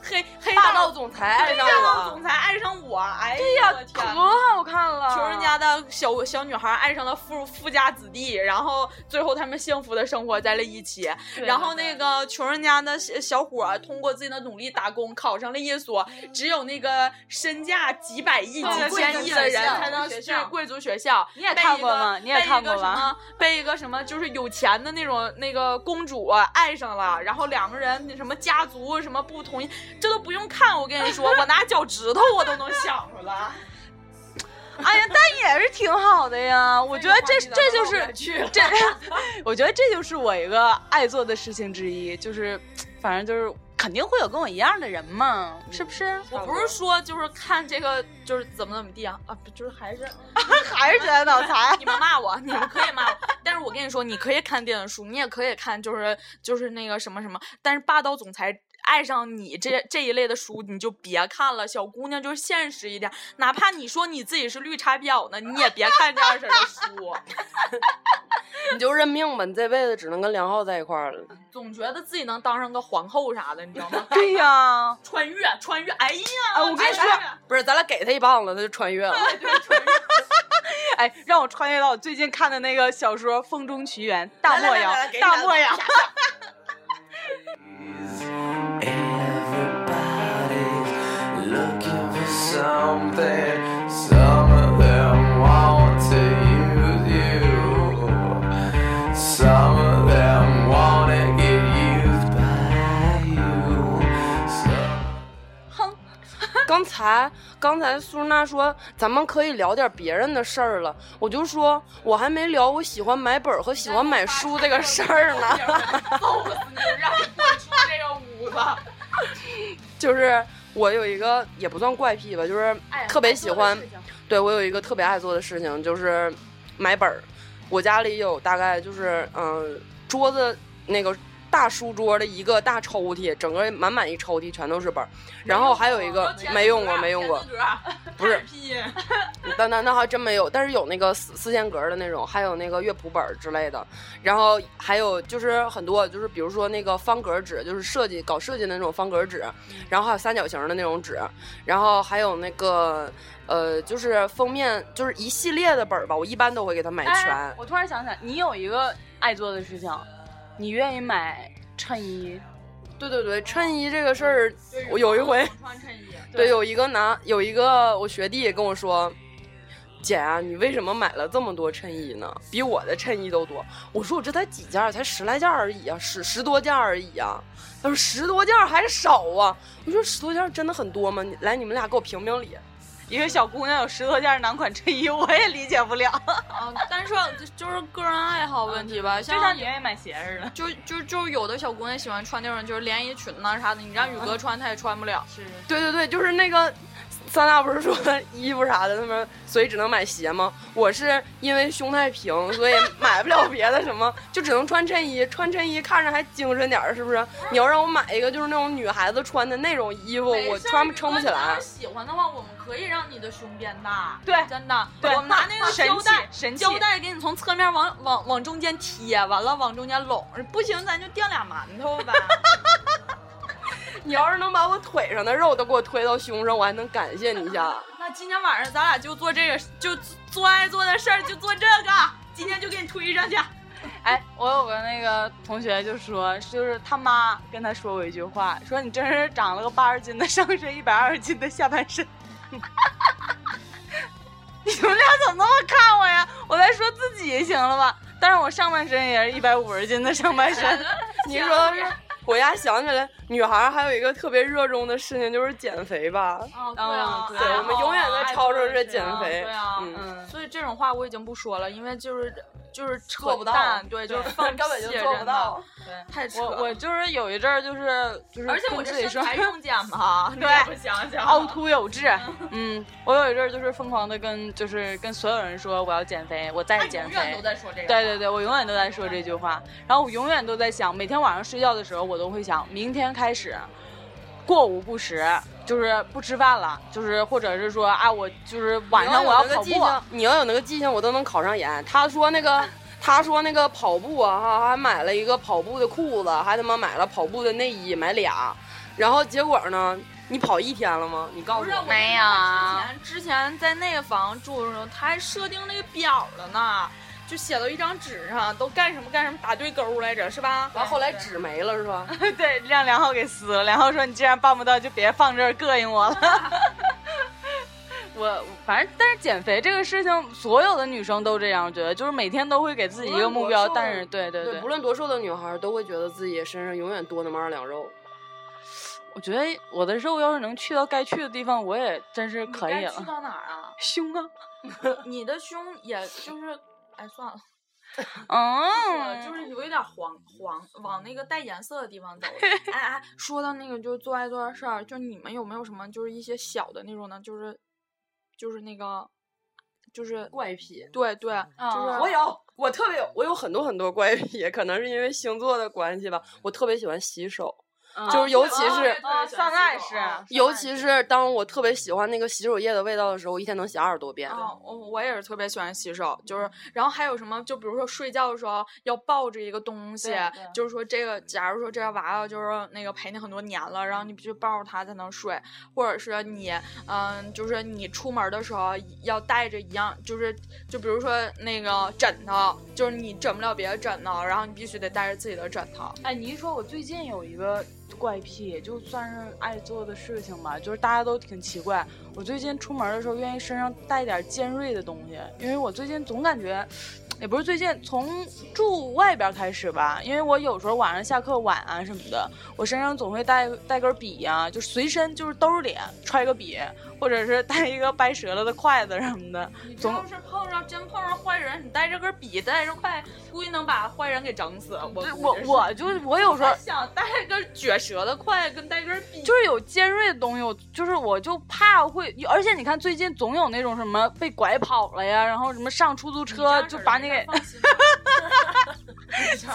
S2: 黑黑黑
S4: 霸道
S2: 道
S4: 总裁爱上
S2: 对霸道
S4: 我
S2: 总，裁爱上我。哎对呀，我天哪！
S3: 好看了
S2: 穷人家的小小女孩爱上了富富家子弟，然后最后他们幸福的生活在了一起。然后那个穷人家的小小伙儿通过自己的努力打工，考上了一所只有那个身价几百亿、
S3: 对
S2: 几千亿的人才能
S3: 嗯贵族学
S2: 去
S3: 校
S2: 贵族学校。
S3: 你也看过吗
S2: 被一个
S3: 你也看过吧？
S2: 被一个什么，被一个什么就是有钱的那种那个公主啊爱上了，然后两个人那什么家族什么不同意，这都不用看。我跟你说，我拿脚趾头我都能想出来。
S3: 哎呀，但也是挺好的呀。我觉得这这就是
S2: *laughs*
S3: 这，我觉得这就是我一个爱做的事情之一，就是反正就是肯定会有跟我一样的人嘛，是不是？
S2: 我不是说就是看这个就是怎么怎么地啊啊，不就是还
S3: *laughs*
S2: 是
S3: 还是觉得脑 *laughs* 残。
S2: 你们骂我，你们可以骂我，但是我跟你说，你可以看电子书，你也可以看就是就是那个什么什么，但是霸道总裁。爱上你这这一类的书，你就别看了。小姑娘就是现实一点，哪怕你说你自己是绿茶婊呢，你也别看这样式儿的书。
S4: 你就认命吧，你这辈子只能跟梁浩在一块儿了。
S2: 总觉得自己能当上个皇后啥的，你知道吗？
S3: 对呀、
S2: 穿越，穿越，哎呀！
S3: 哎我跟你说
S2: 哎呀
S4: 不是，咱俩给他一棒子，他就穿越了。
S3: 哎，让我穿越到我最近看的那个小说《风中奇缘》，大漠谣，大漠谣。
S7: Everybody's looking for something. Some of them want to use you. Some of them want to get used by you. Some
S4: 刚才刚才苏娜说咱们可以聊点别人的事儿了，我就说我还没聊我喜欢买本儿和喜欢买书这个事儿呢。
S2: 揍死你！让你滚出这个屋子！
S4: 就是我有一个也不算怪癖吧，就是特别喜欢，对我有一个特别爱做的事情就是买本儿。我家里有大概就是嗯、桌子那个大书桌的一个大抽屉，整个满满一抽屉全都是本儿，
S2: *laughs*
S4: 然后还有一
S2: 哦
S4: 个没用过没用过，不是那那那还真没有，但是有那个四四间格的那种，还有那个乐谱本儿之类的，然后还有就是很多，就是比如说那个方格纸，就是设计搞设计的那种方格纸，
S3: 嗯
S4: 然后还有三角形的那种纸，然后还有那个呃，就是封面，就是一系列的本儿吧，我一般都会给它买全。
S3: 哎，我突然想起来，你有一个爱做的事情，你愿意买衬衣，
S4: 对对对，衬衣这个事儿，我有一回
S2: 穿衬衣，
S4: *laughs* 对，有一个男，有一个我学弟跟我说。姐啊，你为什么买了这么多衬衣呢？比我的衬衣都多。我说我这才几件儿，才十来件儿而已啊，十十多件儿而已啊。他说十多件儿还少啊。我说十多件儿真的很多吗？你来，你们俩给我评评理。
S3: 一个小姑娘有十多件男款衬衣，我也理解不了，
S2: 啊，但是就是个人爱好问题吧，
S3: 就
S2: 嗯像
S3: 像你愿意买鞋似的。
S2: 就就就有的小姑娘喜欢穿那种就是连衣裙呐、啥的，你让宇哥穿她也穿不了。是，
S4: 对对对，就是那个三大不是说 *laughs* 衣服啥的，他们所以只能买鞋吗？我是因为胸太平，所以买不了别的什么，就只能穿衬衣。穿衬衣看着还精神点儿，是不是？你要让我买一个就是那种女孩子穿的那种衣服，我穿不撑不起来。
S2: 喜欢的话，我们可以让你的胸变大。
S3: 对
S2: 真的，
S3: 对
S2: 我们拿那个
S3: 神
S2: 胶带，
S3: 器神器
S2: 胶带给你从侧面往往往中间贴，完了往中间拢。不行，咱就垫俩馒头 *laughs* 呗。
S4: 你要是能把我腿上的肉都给我推到胸上，我还能感谢你一
S2: *laughs*
S4: 下。
S2: 那今天晚上咱俩就做这个，就做爱做的事儿，就做这个。今天就给你推上去。
S3: 哎，我有个那个同学就说，就是他妈跟他说过一句话，说你真是长了个八十斤的上身，一百二十斤的下半身。 *laughs* 你们俩怎么那么看我呀？我在说自己行了吧？但是我上半身也是一百五十斤的上半身。
S4: 你说的是，我呀想起来，女孩儿还有一个特别热衷的事情就是减肥吧。
S2: 哦，
S3: 对啊
S4: 对，我们永远在吵吵着减肥。
S2: 对啊，
S4: 嗯，
S3: 嗯，
S2: 所以这种话我已经不说了，因为就是就是扯
S4: 做不到
S2: 淡对，就是放屁
S4: *laughs* 根本就做不到，
S2: 真的太扯
S3: 我
S2: 了。
S3: 我就是有一阵儿就是就是，
S2: 嗯而且我这
S3: 自己
S2: 身
S3: 说
S2: 材 *laughs* 用减嘛，
S3: 对
S2: 你也不想想
S3: 凹凸有致。嗯，我有一阵儿就是疯狂的跟就是跟所有人说我要减肥，我在减
S2: 啊永远
S3: 肥
S2: 都。在说这个。
S3: 对对对，我永远都在说这句话，然后我永远都在想，每天晚上睡觉的时候，我都会想，明天开始，过午不食，就是不吃饭了，就是或者是说啊，我就是晚上我要跑
S4: 你
S3: 步
S4: 有那个记，性，你要有那个记性，我都能考上研。他说那 *laughs* 个，他说那个跑步啊，哈，还买了一个跑步的裤子，还他妈买了跑步的内衣，买俩。然后结果呢，你跑一天了吗？你告
S2: 不
S4: 诉
S2: 是我
S4: 我，
S3: 没啊有
S2: 之前之前在那个房住的时候，他还设定那个表了呢，就写到一张纸上，都干什么干什么打对勾来着，是吧？
S4: 完后来纸没了是 *laughs* 吧？
S3: *laughs* 对，让梁浩给撕了。梁浩说：“你既然办不到，就别放这儿膈应我了。 *laughs* 我”反正，但是减肥这个事情，所有的女生都这样，我觉得就是每天都会给自己一个目标，
S4: 不论多瘦
S3: 但是对对
S4: 对，不论多瘦的女孩都会觉得自己身上永远多那么二两肉。
S3: 我觉得我的肉要是能去到该去的地方，我也真是可以
S2: 去
S3: 了。
S2: 到哪儿啊？
S3: 胸
S2: *laughs*
S3: 啊，
S2: 你的胸也就是，哎，算了，
S3: 嗯，
S2: 就是有一点黄黄，往那个带颜色的地方走。哎哎，说到那个就是做爱做的事儿，就你们有没有什么就是一些小的那种呢？就是就是那个就是
S4: 怪嗯癖，
S2: 对对，就是
S4: 我有，我特别有，我有很多很多怪癖，可能是因为星座的关系吧，我特别喜欢洗手。
S3: 嗯
S4: 就是尤其是
S3: 啊上岸是
S4: 尤其是当我特别喜欢那个洗手液的味道的时候，我一天能洗二十多遍。
S2: 啊，我我也是特别喜欢洗手，就是，然后还有什么，就比如说睡觉的时候要抱着一个东西，就是说这个，假如说这个娃娃就是那个陪你很多年了，然后你必须抱着它才能睡，或者是你，嗯，就是你出门的时候要带着一样，就是就比如说那个枕头，就是你枕不了别的枕头，然后你必须得带着自己的枕头。
S3: 哎，你一说，我最近有一个怪癖，就算是爱做的事情吧，就是大家都挺奇怪。我最近出门的时候，愿意身上带点尖锐的东西，因为我最近总感觉，也不是最近，从住外边开始吧，因为我有时候晚上下课晚啊什么的，我身上总会带带根笔呀、就随身就是兜里揣个笔，或者是带一个掰折了的筷子什么的，总
S2: 是碰上真碰上坏人，你带着根笔，带着快，估计能把坏人给整死。我
S3: 对我我就我有时候
S2: 我想带个撅舌的筷，跟带根笔。
S3: 就是有尖锐的东西，我就是我就怕会，而且你看最近总有那种什么被拐跑了呀，然后什么上出租车就把你给，
S2: 放
S3: *laughs*
S2: 心吧。操！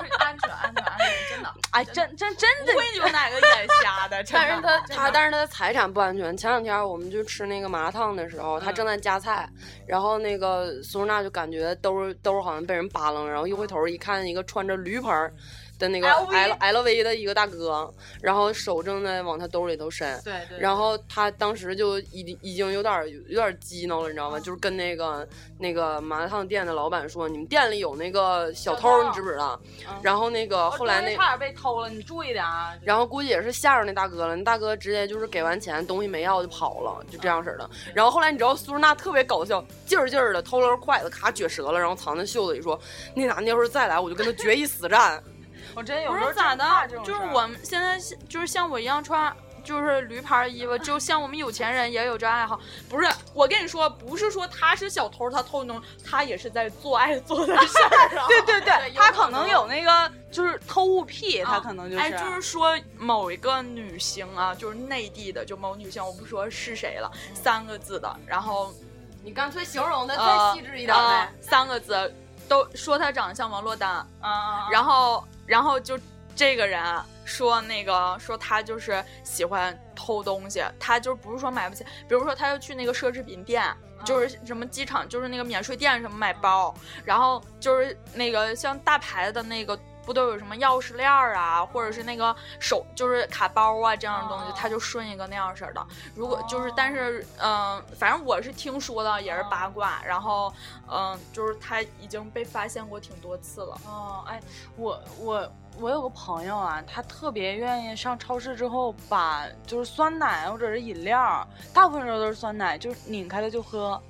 S2: 没事安全，安全，安全，真的。
S3: 哎，真真真的
S2: 不，会有哪个眼瞎的，
S3: *laughs*
S2: 真
S4: *laughs* 但是
S2: 的。
S4: 他他但是他的财产不安全。前两天我们去吃那个麻辣烫的时候，
S3: 嗯
S4: 他正在夹菜，然后那个苏娜就感觉兜兜好像被人扒楞，然后一回头一看，一个穿着驴牌儿的那个 L
S2: LV
S4: L V 的一个大哥，然后手正在往他兜里头伸。
S3: 对对
S4: 然后他当时就已经已经有点儿有点儿激恼了，你知道吗？就是跟那个那个麻辣烫店的老板说，你们店里有那个小偷
S3: 小，偷
S4: 你知不知道
S3: 嗯？
S4: 然后那个后来那
S3: 差点被偷了，你注意点啊。
S4: 然后估计也是吓着那大哥了，那大哥直接就是给完钱，东西没要就跑了，就这样式儿的。然后后来你知道苏珊娜特别搞笑，劲儿劲儿的偷了根筷子，咔撅折了，然后藏在袖子里说：“那男的要是再来，我就跟他决一死战。 *laughs*
S3: 我真有
S2: 不
S3: 时候
S2: 是咋
S3: 真怕这
S2: 的，
S3: 种
S2: 就是
S3: 事儿
S2: 我们现在就是像我一样穿就是驴牌衣服，就像我们有钱人也有这爱好。不是，我跟你说，不是说他是小偷，他偷东西，他也是在做爱做的事儿啊。
S3: *laughs* 对对对，他可能
S2: 有。
S3: 有那个就是偷物癖，他
S2: 啊
S3: 可哦能就是。
S2: 哎，就是说某一个女星啊，就是内地的，就某女星，我不说是谁了，
S3: 嗯
S2: 三个字的，然后
S8: *laughs* 你干脆形容的
S2: 呃
S4: 啊
S8: 再细致一点呗
S2: 呃。三个字，都说她长得像王珞丹，
S3: 啊，
S2: 然后然后就这个人啊说那个说他就是喜欢偷东西，他就不是说买不起，比如说他要去那个奢侈品店。就是什么机场，就是那个免税店什么买包，然后就是那个像大牌的那个，不都有什么钥匙链儿啊，或者是那个手就是卡包啊这样的东西，他就顺一个那样式儿的。如果就是，但是嗯、呃反正我是听说的，也是八卦，然后嗯、呃就是他已经被发现过挺多次了。
S3: 哦，哎，我我我有个朋友啊，他特别愿意上超市之后把就是酸奶或者是饮料，大部分时候都是酸奶，就是拧开了就喝。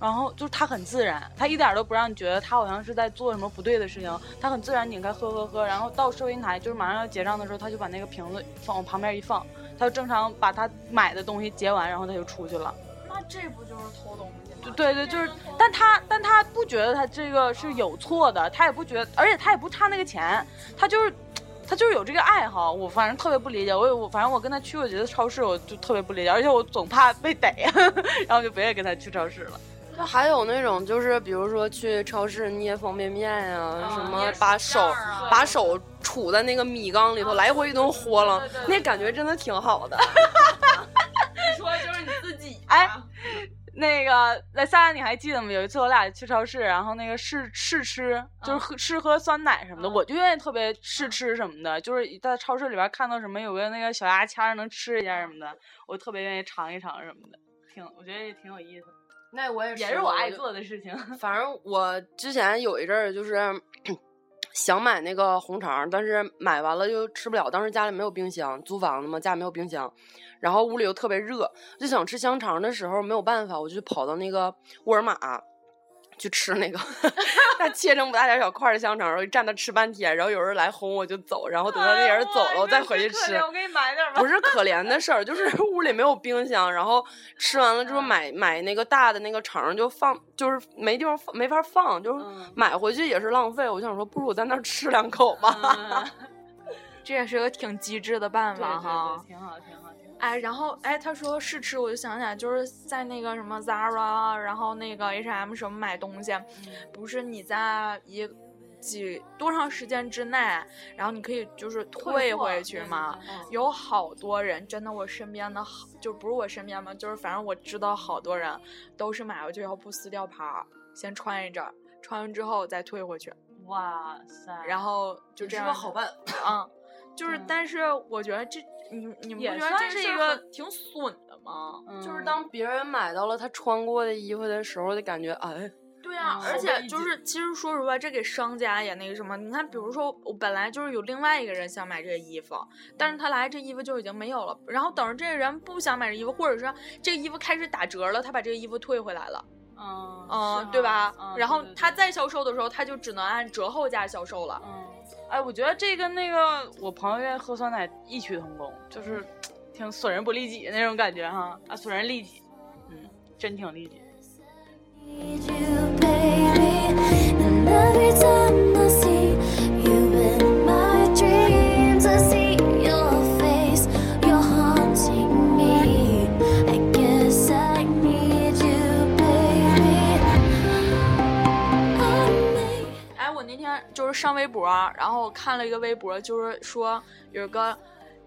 S3: 然后就是他很自然，他一点都不让你觉得他好像是在做什么不对的事情，他很自然拧开喝喝喝，然后到收银台就是马上要结账的时候，他就把那个瓶子放往旁边一放，他就正常把他买的东西结完，然后他就出去了。
S2: 那这不就是偷东西吗？
S3: 对对，就是，但他但他不觉得他这个是有错的，他也不觉得，而且他也不差那个钱，他就是他就是有这个爱好，我反正特别不理解，我也我反正我跟他去过几次超市，我就特别不理解，而且我总怕被逮， *laughs* 然后就不愿意跟他去超市了。
S4: 就啊还有那种，就是比如说去超市捏方便面呀、
S8: 啊
S4: 什么把手、把手杵在那个米缸
S8: 啊
S4: 里头，来回一顿豁楞，那感觉真的挺好的。
S2: 说就是你自己
S3: 哎，那个那莎莎，你还记得吗？有一次我俩去超市，然后那个试试吃，就是喝试喝酸奶什么的，我就愿意特别试吃什么的，就是在超市里边看到什么有个那个小牙签儿能吃一下什么的，我特别愿意尝一尝什么的，挺我觉得也挺有意思的，
S8: 那我也
S3: 也是我爱做的事情。
S4: 反正我之前有一阵儿就是 *clears throat* 想买那个红肠儿，但是买完了又吃不了，当时家里没有冰箱，租房子嘛，家里没有冰箱，然后屋里又特别热，就想吃香肠的时候没有办法，我就跑到那个沃尔玛。去吃那个， *laughs* 他切成不大点儿小块儿的香肠，然后站那吃半天，然后有人来轰我就走，然后等到那人走了，我再回去吃。
S3: 我给你买点 *laughs* 吧
S4: 不。是可怜的事儿，就是 *laughs* 屋里没有冰箱，然后吃完了之后买买那个大的那个肠儿就放，就是没地方放，没法放，就是
S3: 嗯
S4: 买回去也是浪费。我想说，不如我在那儿吃两口吧。 *laughs*
S2: 这也是个挺机智的办
S3: 对对
S2: 法哈。
S3: 对，挺好，挺好，挺好。
S2: 哎，然后哎，他说试吃，我就想起来，就是在那个什么 Zara，然后那个 H&M 什么买东西，
S3: 嗯
S2: 不是你在一几多长时间之内，然后你可以就是退回
S3: 嗯
S2: 去嘛。有好多人，真的，我身边的好，就不是我身边嘛，就是反正我知道好多人都是买回去以后不撕掉牌儿，先穿一阵儿，穿完之后再退回去，
S3: 哇塞！
S2: 然后
S8: 就
S2: 就这
S8: 这
S2: 样。
S8: 个好办法。
S2: 嗯，就是，
S3: 嗯
S2: 但是我觉得这你你们
S3: 也
S2: 不觉得
S3: 算
S2: 这
S3: 是
S2: 事
S3: 一
S2: 儿
S3: 个
S2: 很挺损的吗？
S3: 嗯
S4: 就是当别人买到了他穿过的衣服的时候，就感觉哎，
S2: 对呀、
S3: 嗯
S2: 而
S3: 好
S2: 且就是其实说实话，这给商家也那个什么。你看，比如说我本来就是有另外一个人想买这个衣服，但是他来这衣服就已经没有了。然后等着这个人不想买这衣服，或者是这个衣服开始打折了，他把这个衣服退回来了，
S3: 嗯
S2: 嗯，对吧？然后他再销售的时候，他就只能按折后价销售了。
S3: 嗯，哎，我觉得这跟那个我朋友愿意喝酸奶异曲同工，就是挺损人不利己那种感觉哈，啊，损人利己，嗯，真挺利己。
S5: Need you, baby, and every time I see you in my dreams, I see your face. You're haunting me. I guess I need you, baby.
S2: 哎，我那天就是上微博，然后我看了一个微博，就是说有个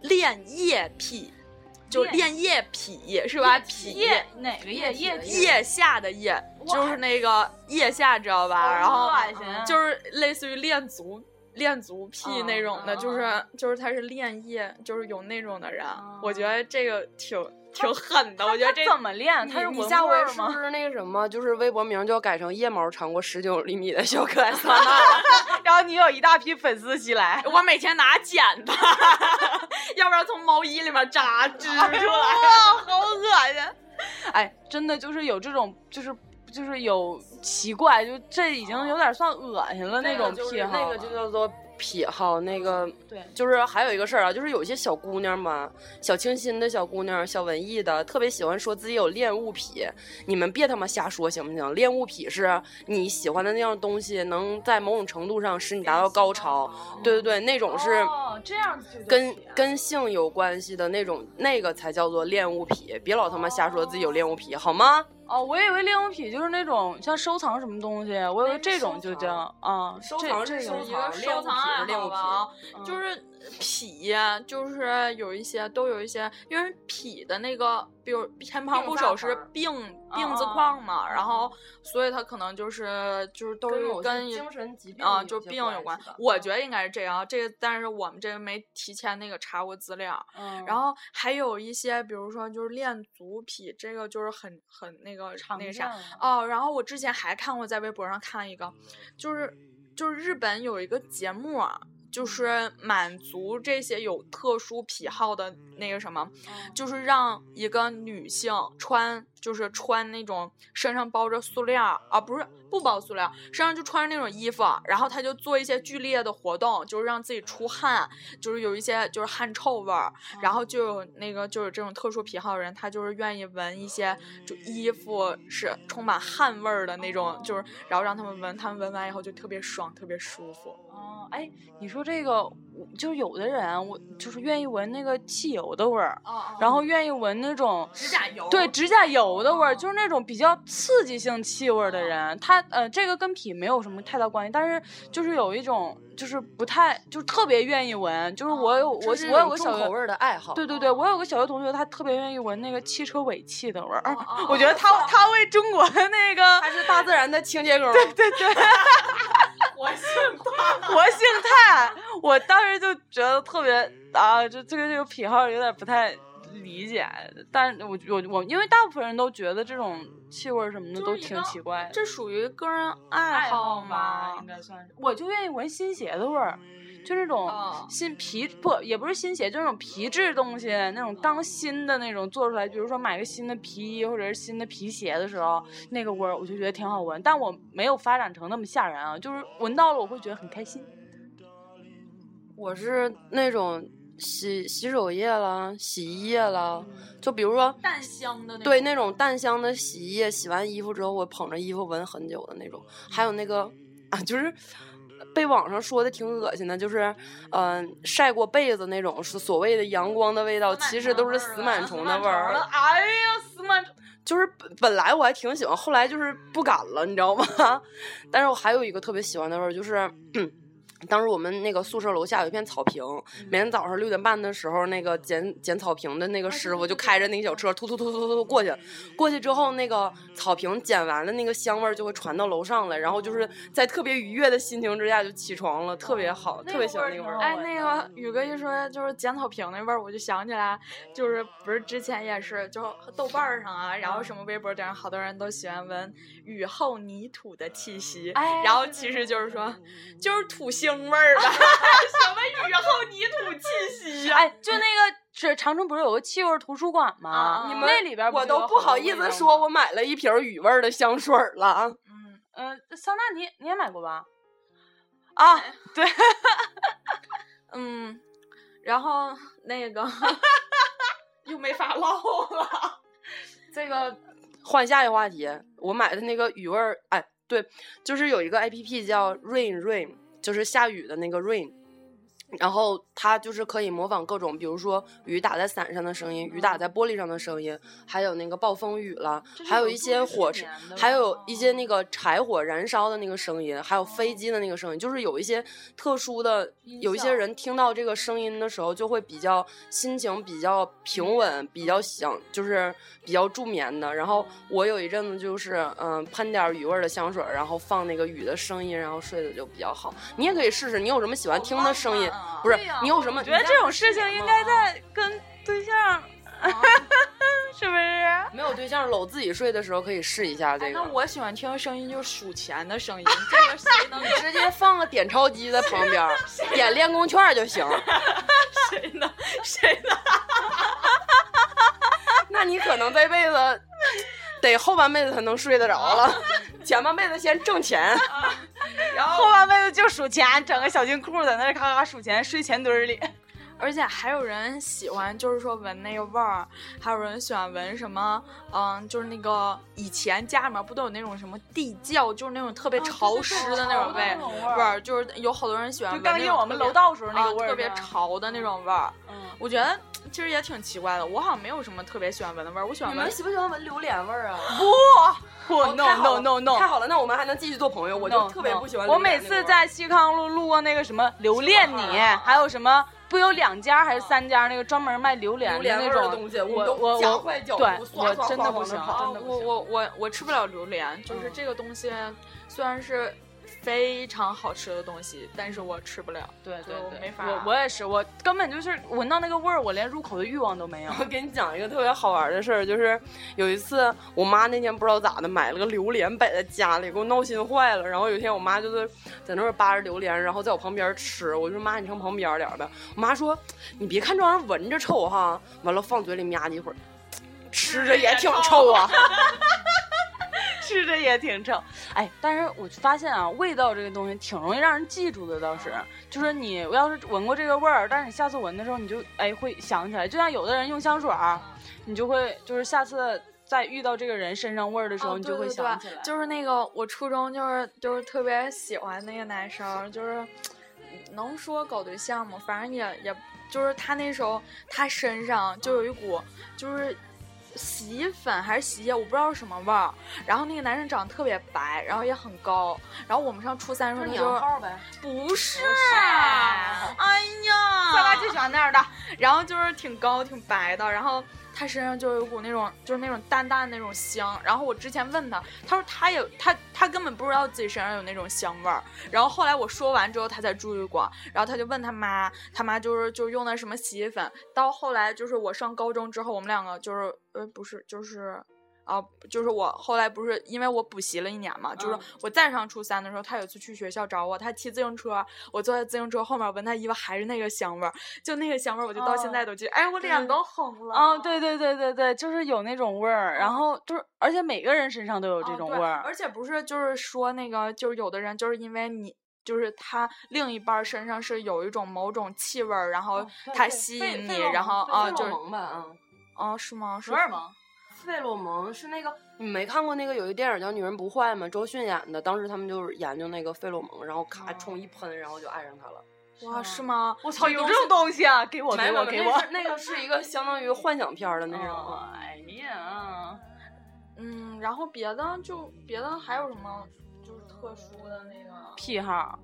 S2: 恋夜癖，就
S3: 恋
S2: 恋夜癖是吧？癖
S3: 夜哪个夜
S8: 夜
S3: 夜
S2: 腋下的腋，就是那个腋下，知道
S3: 哦
S2: 吧？然后
S3: 就
S2: 就是类似于恋足、恋足癖那种的，
S3: 嗯
S2: 就是就是他是恋腋，就是有那种的人，我觉得这个挺挺狠的，我觉得这
S3: 哦怎么练？他是
S4: 你
S3: 文
S4: 下回
S3: 味儿
S4: 是不
S3: 吗？
S4: 是那个什么，就是微博名就要改成腋毛长过十九厘米的小可爱桑娜？
S3: 然后你有一大批粉丝袭来，
S2: 我每天拿剪子，
S3: *laughs*
S2: 要不然从毛衣里面扎织出来。
S3: 好恶心！哎，真的就是有这种，就是啊就是有奇怪，就这已经有点算恶心了那种癖好了。
S4: 那个就叫做癖好，那个
S3: 对
S4: 就是还有一个事儿啊，就是有一些小姑娘嘛，小清新的小姑娘、小文艺的，特别喜欢说自己有恋物癖。你们别他妈瞎说行不行？恋物癖是你喜欢的那样东西，能在某种程度上使你达到高潮。对对对，那种是。
S3: 哦，这样子就
S4: 跟跟性有关系的那种，那个才叫做恋物癖，别老他妈瞎说自己有恋物癖，好吗？
S3: 哦，我以为恋物癖就是那种像收藏什么东西，我以为这种就叫啊，
S4: 收藏是
S3: 这
S4: 收
S3: 种
S2: 一
S4: 藏
S2: 个收藏爱好吧啊，就是痞，就是有一些都有一些，因为痞的那个，比如偏旁部首是病病字框嘛，然后所以他可能就是就是都是跟
S4: 神疾病
S2: 啊、就病有关，嗯我觉得应该是这样啊。这个但是我们这个没提前那个查过资料，
S3: 嗯，
S2: 然后还有一些比如说就是恋足癖，这个就是很很那个
S3: 常
S2: 那
S3: 见
S2: 个啥，
S4: 啊
S3: 了
S2: 哦，然后我之前还看过，在微博上看一个，就是就是日本有一个节目啊，就是满足这些有特殊癖好的那个什么，就是让一个女性穿，就是穿那种身上包着塑料儿啊，不是不包塑料儿，身上就穿着那种衣服，然后她就做一些剧烈的活动，就是让自己出汗，就是有一些就是汗臭味儿，然后就有那个就有这种特殊癖好的人，他就是愿意闻一些就衣服是充满汗味儿的那种，就是然后让他们闻，他们闻完以后就特别爽，特别舒服。
S3: 哦，哎，你说这个，我就是有的人，我就是愿意闻那个汽油的味儿，然后愿意闻那种
S2: 哦指甲油
S3: 对指甲油的味儿，就是那种比较刺激性气味儿的人，他呃，这个跟痞没有什么太大关系，但是就是有一种就是不太就是特别愿意闻，就是我有我我有个小
S4: 重口
S3: 学
S4: 味儿的爱好。
S3: 对对对，我有个小学同学，他特别愿意闻那个汽车尾气的味儿，
S2: 哦
S3: 我觉得他他为中国的那个
S4: 它是大自然的清洁工，
S3: 对对，活性炭，我当时就觉得特别啊，就这个这个癖好有点不太理解，但我我我，因为大部分人都觉得这种气味什么的
S2: 就是
S3: 都
S2: 一
S3: 挺
S2: 个
S3: 奇怪的，
S2: 这属于个人爱好吗？
S3: 该算是。我就愿意闻新鞋的味儿，就那种
S2: 哦
S3: 新皮不也不是新鞋，就那种皮质东西，那种刚新的那种做出来，比如说买个新的皮衣或者是新的皮鞋的时候，那个味儿我就觉得挺好闻，但我没有发展成那么吓人啊，就是闻到了我会觉得很开心。
S4: 我是那种洗洗手液啦、洗衣液啦，就比如说
S2: 淡香的那
S4: 对那种淡香的洗衣液，洗完衣服之后我捧着衣服闻很久的那种，还有那个啊，就是。被网上说的挺恶心的，就是，嗯、晒过被子那种是所谓的阳光的味道，其实都是死
S2: 啊
S4: 螨虫的味儿。
S3: 哎呀，死螨虫！
S4: 就是本本来我还挺喜欢，后来就是不敢了，你知道吗？ *laughs* 但是我还有一个特别喜欢的味儿，就是。 *clears throat* 当时我们那个宿舍楼下有一片草坪，每天早上六点半的时候，那个剪剪草坪的那
S3: 啊
S4: 个师傅就开着那个小车，突突突突突突过去。过去之后，那个草坪剪完了，那个香味儿就会传到楼上来，然后就是在特别愉悦的心情之下就起床了，特别好，特别喜欢那个味儿。
S2: 哎，那个宇哥一说就是剪草坪那味儿，我就想起来，就是不是之前也是，就是豆瓣儿上啊，然后什么微博顶上，好多人都喜欢闻雨后泥土的气息，
S3: 哎
S2: 然后其实就是说，就是土腥味儿吧，什么雨后泥土气息啊呀、
S3: 哎，就那个是长春不是有个气味图书馆吗？
S2: 啊
S4: 你们
S3: 哎那里边
S4: 我
S3: 就
S4: 都
S3: 有很
S4: 不
S3: 多
S4: 好意
S3: 那
S4: 思
S3: 种
S4: 说，
S3: 吗
S4: 我买了一瓶雨味儿的香水儿了啊。
S2: 嗯，
S3: 呃，桑娜你你也买过吧？啊，对，
S2: 嗯，然后那个 *laughs* 又没法唠了，
S4: 这个换下一话题，我买的那个雨味儿，哎，对，就是有一个 A P P 叫 Rain Rain，就是下雨的那个 Rain。然后它就是可以模仿各种，比如说雨打在伞上的声音，雨打在玻璃上的声音，还有那个暴风雨了，还有一些火柴，还有一些那个柴火燃烧的那个声音，还有飞机的那个声音，就是有一些特殊的，有一些人听到这个声音的时候，就会比较心情比较平稳，比较想就是比较助眠的。然后我有一阵子就是嗯、喷点儿雨味儿的香水儿，然后放那个雨的声音，然后睡得就比较好。你也可以试试，你有什么喜欢听的声音？不是，你有什么？
S3: 我觉得这种事情应该在跟对象，是不是？
S4: 没有对象搂自己睡的时候可以试一下这个。
S2: 那我喜欢听的声音就是数钱的声音，这个谁
S3: *laughs*
S2: 能
S4: 直接放个点钞机在旁边儿，点练功券儿就行。
S2: 谁能谁能？
S4: 那你可能这辈子得后半辈子才能睡得着了。前半辈子先挣钱，然后
S3: 后半辈子就数钱，整个小金库在那儿咔咔数钱，睡钱堆儿里。
S2: *laughs* 而且还有人喜欢，就是说闻
S3: *laughs*
S2: 那个味儿，还有人喜欢闻什么，嗯，就是那个以前家里面不都有那种什么地窖，就是那种特别潮湿的那种味、
S3: 潮的那种味儿
S2: 味儿，就是有好多人喜欢
S3: 就
S2: 闻
S3: 刚
S2: 那
S3: 进
S2: 种
S3: 我们楼道时候那
S2: 啊
S3: 个味儿、
S2: 特别。潮的那种味儿。
S3: 嗯，
S2: 我觉得其实也挺奇怪的，我好像没有什么特别喜欢闻的味儿，我喜欢
S4: 你
S2: 闻
S4: 们喜不喜欢闻榴莲味儿啊？
S3: 不
S2: 哦
S4: 太
S3: ，no
S4: 好
S3: no
S4: 了
S3: no no。
S4: 太好了，那我们还能继续做朋友。我就特别不喜欢榴
S3: 我
S4: 莲
S3: 每
S4: 那个味儿。
S3: 次在西康路路过那个什么留恋
S4: 是
S3: 你
S4: 吧啊，
S3: 还有什么不有两家还是三家那个专门卖榴莲
S4: 榴
S3: 的
S4: 莲味
S3: 那
S4: 儿
S3: 种
S4: 的东西，
S3: 我
S4: 都
S3: 我
S4: 夹
S3: 我
S4: 坏脚，
S3: 对
S4: 刷
S3: 我
S4: 刷
S3: 真的
S4: 刷
S3: 不
S4: 往那
S3: 行
S4: 跑
S2: 啊，
S3: 真的不
S2: 我
S3: 行
S2: 我我我吃不了榴莲，就是
S3: 嗯
S2: 这个东西虽然是非常好吃的东西，但是我吃不了。
S3: 对对
S2: 就没
S3: 对，
S2: 法
S3: 我我也是，我根本就是闻到那个味儿，我连入口的欲望都没有。 *laughs*
S4: 我 *laughs* 给你讲一个特别好玩的事儿，就是有一次我妈那天不知道咋的买了个榴莲摆在家里，给我闹心坏了。然后有一天我妈就是在那儿扒着榴莲，然后在我旁边吃，我就说妈你上旁边点儿呗。我妈说你别看这玩意儿闻着臭哈，完了放嘴里吧唧一会儿，吃着也挺臭啊。
S3: 吃着也挺臭。哎，但是我发现啊，味道这个东西挺容易让人记住的，倒是，就是你要是闻过这个味儿，但是你下次闻的时候，你就哎会想起来。就像有的人用香水儿，啊你就会就是下次再遇到这个人身上味儿的时候，
S2: 哦
S3: 你
S2: 对
S3: 就会
S2: 对
S3: 想
S2: 对
S3: 起来。
S2: 就是那个我初中就是就是特别喜欢那个男生，就是嗯能说搞对象吗？反正也也就是他那时候他身上就有一股就是。洗衣粉还是洗衣液，我不知道是什么味儿。然后那个男生长得特别白，然后也很高。然后我们上初三的时候，他就是
S4: 呗，
S2: 不是，哎呀，
S3: 大家就喜欢那样的，
S2: 然后就是挺高挺白的，然后他身上就有一股那种就是那种淡淡的那种香。然后我之前问他，他说他有他他根本不知道自己身上有那种香味儿。然后后来我说完之后，他才注意过。然后他就问他妈，他妈就是就是用的什么洗衣粉。到后来就是我上高中之后，我们两个就是呃不是就是。啊，就是我后来不是因为我补习了一年嘛，就是
S3: 嗯
S2: 我再上初三的时候，他有一次去学校找我，他骑自行车，我坐在自行车后面闻他衣服还是那个香味儿，就那个香味儿，我就到现在都记，哎，我脸都红了。
S3: 啊、对对对对对，就是有那种味儿，然后就是，而且每个人身上都有
S2: 嗯，
S3: 这种
S2: 对
S3: 味儿，
S2: 而且不是就是说那个，就是有的人就是因为你。就是他另一半儿身上是有一种某种气味儿，然
S3: 哦
S2: 后他吸引你，然后啊，
S4: *laughs* 费
S2: 就
S4: 洛
S2: 是
S4: 蒙吧啊，
S2: 啊，是吗？是
S3: 吗？
S4: 费洛蒙是那个你没看过那个有一电影叫《女人不坏》吗？周迅演的，当时他们就是研究那个费洛蒙，然后咔冲一喷，然后就爱上他了。
S2: 哇，是
S3: 嗯
S2: 吗？
S4: 我
S3: 操，有这种东西啊！给我，
S4: 没
S3: 给
S4: 有
S3: 我，
S4: 没
S3: 给
S4: 有，
S3: 我
S4: 那！是那个是一个相当于幻想片儿的那种。
S3: 哦
S4: 啊
S3: 哎呀，
S2: 嗯，然后别的就别的还有什么就是特殊的那个
S3: 癖好，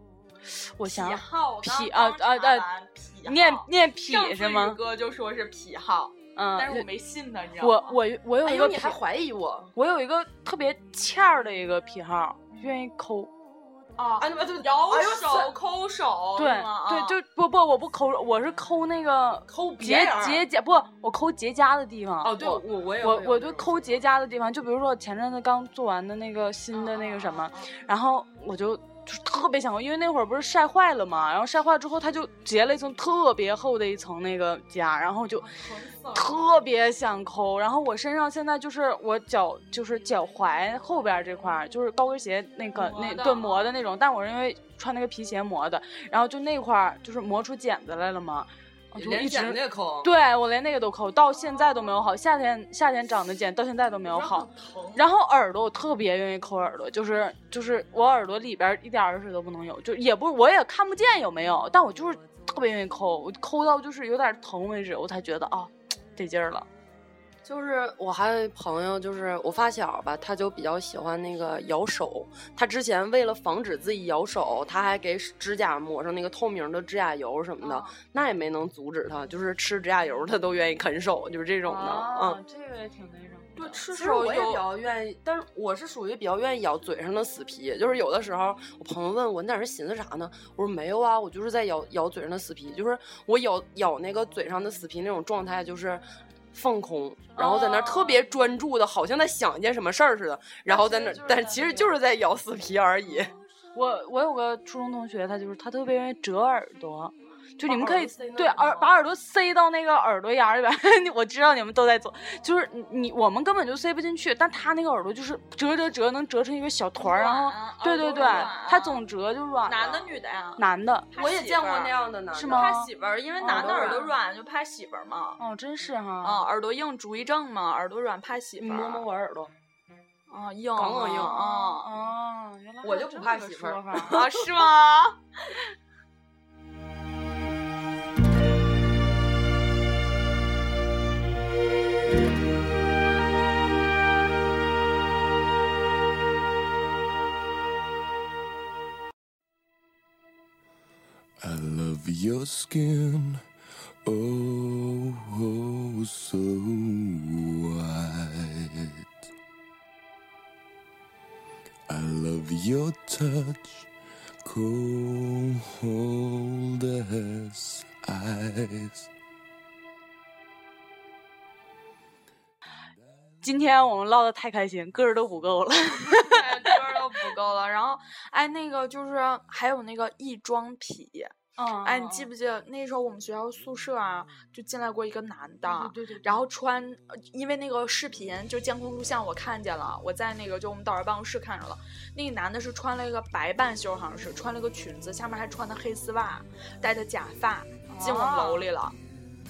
S3: 我想
S2: 癖
S3: 想，
S2: 好？
S3: 癖啊啊啊！
S2: 癖好
S3: 念念癖
S2: 上次
S3: 是
S2: 宇
S3: 吗？
S2: 哥就说是癖好，但是我
S3: 嗯，
S2: 没信他，你知道吗？
S3: 我我我有
S4: 哎
S3: 一
S4: 呦，
S3: 个
S4: 你
S3: 癖，
S4: 还怀疑我？
S3: 我有一个特别欠儿的一个癖好，愿意抠。
S2: 啊，
S4: 哎，你们就
S2: 咬
S4: 哎呦
S2: 手、抠
S4: 哦
S2: 手，
S3: 对
S2: 是吗啊
S3: 对，就不不，我不抠，我是抠那个
S4: 抠别
S3: 结
S4: 人儿
S3: 结结不，我抠结痂的地方。
S4: 哦，对，
S3: 我
S4: 我我也
S3: 我
S4: 会有
S3: 我对
S4: 这种
S3: 抠结痂的地方，就比如说我前阵子刚做完的那个新的那个什
S4: 哦
S3: 么，然后我就就是特别想抠，因为那会儿不是晒坏了嘛，然后晒坏之后它就结了一层特别厚的一层那个痂，然后就特别想抠。然后我身上现在就是我脚就是脚踝后边这块儿，就是高跟鞋那个那对磨的那种，但我是因为穿那个皮鞋磨的，然后就那块儿就是磨出茧子来了嘛，我就
S4: 连
S3: 一直
S4: 剪那抠，
S3: 对我连那个都抠，到现在都没有好。夏天夏天长的茧到现在都没有好。然后耳朵我特别愿意抠耳朵，就是就是我耳朵里边一点耳屎都不能有，就也不是我也看不见有没有，但我就是特别愿意抠，我抠到就是有点疼为止，我才觉得啊得劲儿了。
S4: 就是我还有一朋友，就是我发小吧，他就比较喜欢那个咬手。他之前为了防止自己咬手，他还给指甲抹上那个透明的指甲油什么
S3: 哦
S4: 的，那也没能阻止他。就是吃指甲油，他都愿意啃手，就是这种的。嗯，，
S3: 啊这个也挺那什么。
S2: 对吃
S4: 其实
S2: 手
S4: 我也比
S2: 有
S4: 较愿意，但是我是属于比较愿意咬嘴上的死皮。就是有的时候，我朋友问我你在这寻思啥呢？我说没有啊，我就是在咬咬嘴上的死皮，就是我咬咬那个嘴上的死皮那种状态，就是放空，然后在那儿特别专注的，好像在想一件什么事儿似的，然后在那儿，哦但其实就是在咬死皮而已。
S3: 我我有个初中同学，他就是他特别愿意折耳朵，就你们
S4: 把
S3: 可
S4: 耳
S3: 以
S4: 朵塞那
S3: 对
S4: 里
S3: 耳
S4: 吗
S3: 把耳朵塞到那个耳朵眼儿里 *laughs* 边，我知道你们都在做，就是你你我们根本就塞不进去，但他那个耳朵就是折折折能折成一个小团儿，然后
S2: 软嗯
S3: 对
S2: 耳
S3: 对
S2: 朵
S3: 对
S2: 软，啊
S3: 他总折就软了。
S2: 男的女的呀？
S3: 男的，
S4: 我也见过那样的男的，
S3: 是
S2: 怕
S3: 吗
S2: 媳妇儿，因为男的
S4: 耳
S2: 耳
S4: 朵
S2: 朵软就怕媳妇儿嘛。
S3: 哦，真是
S2: 啊，
S3: 哈。
S2: 耳朵硬，主意症嘛，耳朵软怕媳
S4: 你
S2: 妇
S4: 摸
S2: 儿。
S4: 摸我耳朵，
S2: 啊，硬
S4: 杠杠硬
S2: 啊
S3: *laughs*
S2: 啊
S3: 哦，原来
S4: 我
S3: 还有
S4: 就不
S3: 这么
S4: 怕
S3: 个
S4: 媳妇儿
S3: 说法
S2: 啊，是吗？ *laughs*
S6: I love your skin, oh, oh so white. I love your touch, cold as ice.
S3: 今天我们唠的太开心，个儿都不够了。
S2: 对歌都不够了。然后，哎，那个就是还有那个异装癖，
S3: 嗯
S2: 哎，你记不记得那时候我们学校宿舍啊，就进来过一个男的，
S3: 对对对
S2: 然后穿，呃因为那个视频就监控录像我看见了，我在那个就我们导员办公室看着了，那个男的是穿了一个白半袖，好像是穿了个裙子，下面还穿的黑丝袜，戴的假发。进我们楼里
S3: *laughs*
S2: 了，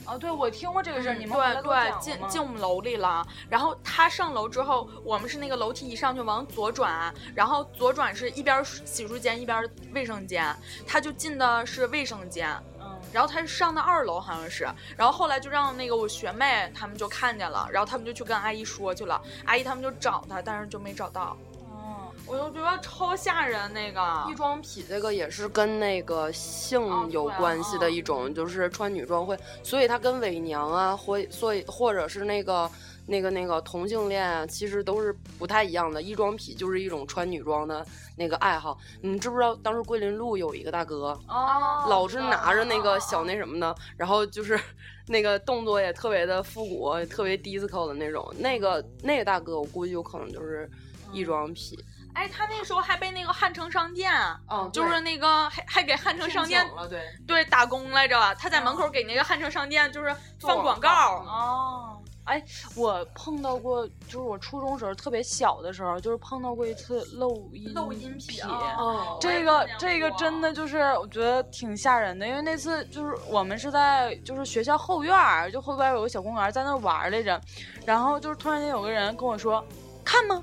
S3: 哦，对，我听过这个事儿，
S2: 嗯
S3: 哦你们回来
S2: 对
S3: 给我讲
S2: 对，
S3: 过
S2: 进
S3: 吗
S2: 进我们楼里了。然后他上楼之后，我们是那个楼梯一上去往左转，然后左转是一边儿洗漱间一边儿卫生间，他就进的是卫生间，
S3: 嗯
S2: 然后他是上的二楼好像是，然后后来就让那个我学妹他们就看见了，然后他们就去跟阿姨说去了，阿姨他们就找他，但是就没找到，
S3: 哦
S2: 我就觉得超吓人那
S4: 异
S2: 个。
S4: 装癖这个也是跟那个
S2: 哦
S4: 性
S2: 对
S4: 有关系的
S2: 哦
S4: 一种，就是穿女装会，所以它跟伪娘啊，或所以或者是那个那个那个同性恋啊，其实都是不太一样的。异装癖就是一种穿女装的那个爱好。你知不知道当时桂林路有一个大哥，
S3: 哦
S4: 老是拿
S2: 嗯
S4: 着那个小那什么的，然后就是 *laughs* 那个动作也特别的复古，也特别 disco 的那种。那个那个大哥，我估计有可能
S2: 嗯
S4: 就是异装癖。
S2: 哎，他那时候还被那个汉城商店，
S4: 哦
S2: 就是那个还还给汉城商店
S4: 了，对。
S2: 对打工来着，他在门口给那个汉城商店就是
S4: 做
S2: 放广
S4: 广
S2: 告，
S3: 哦，哎，我碰到过，就是我初中时候特别小的时候，就是碰到过一次漏音
S2: 漏音癖啊
S4: 哦
S3: 这
S2: 我也
S3: 个
S2: 碰见
S3: 这个
S2: 过
S3: 真的就是我觉得挺吓人的，因为那次就是我们是在就是学校后院儿，就后边有个小公园儿，在那玩儿来着，然后就是突然间有个人跟我说：“看吗？”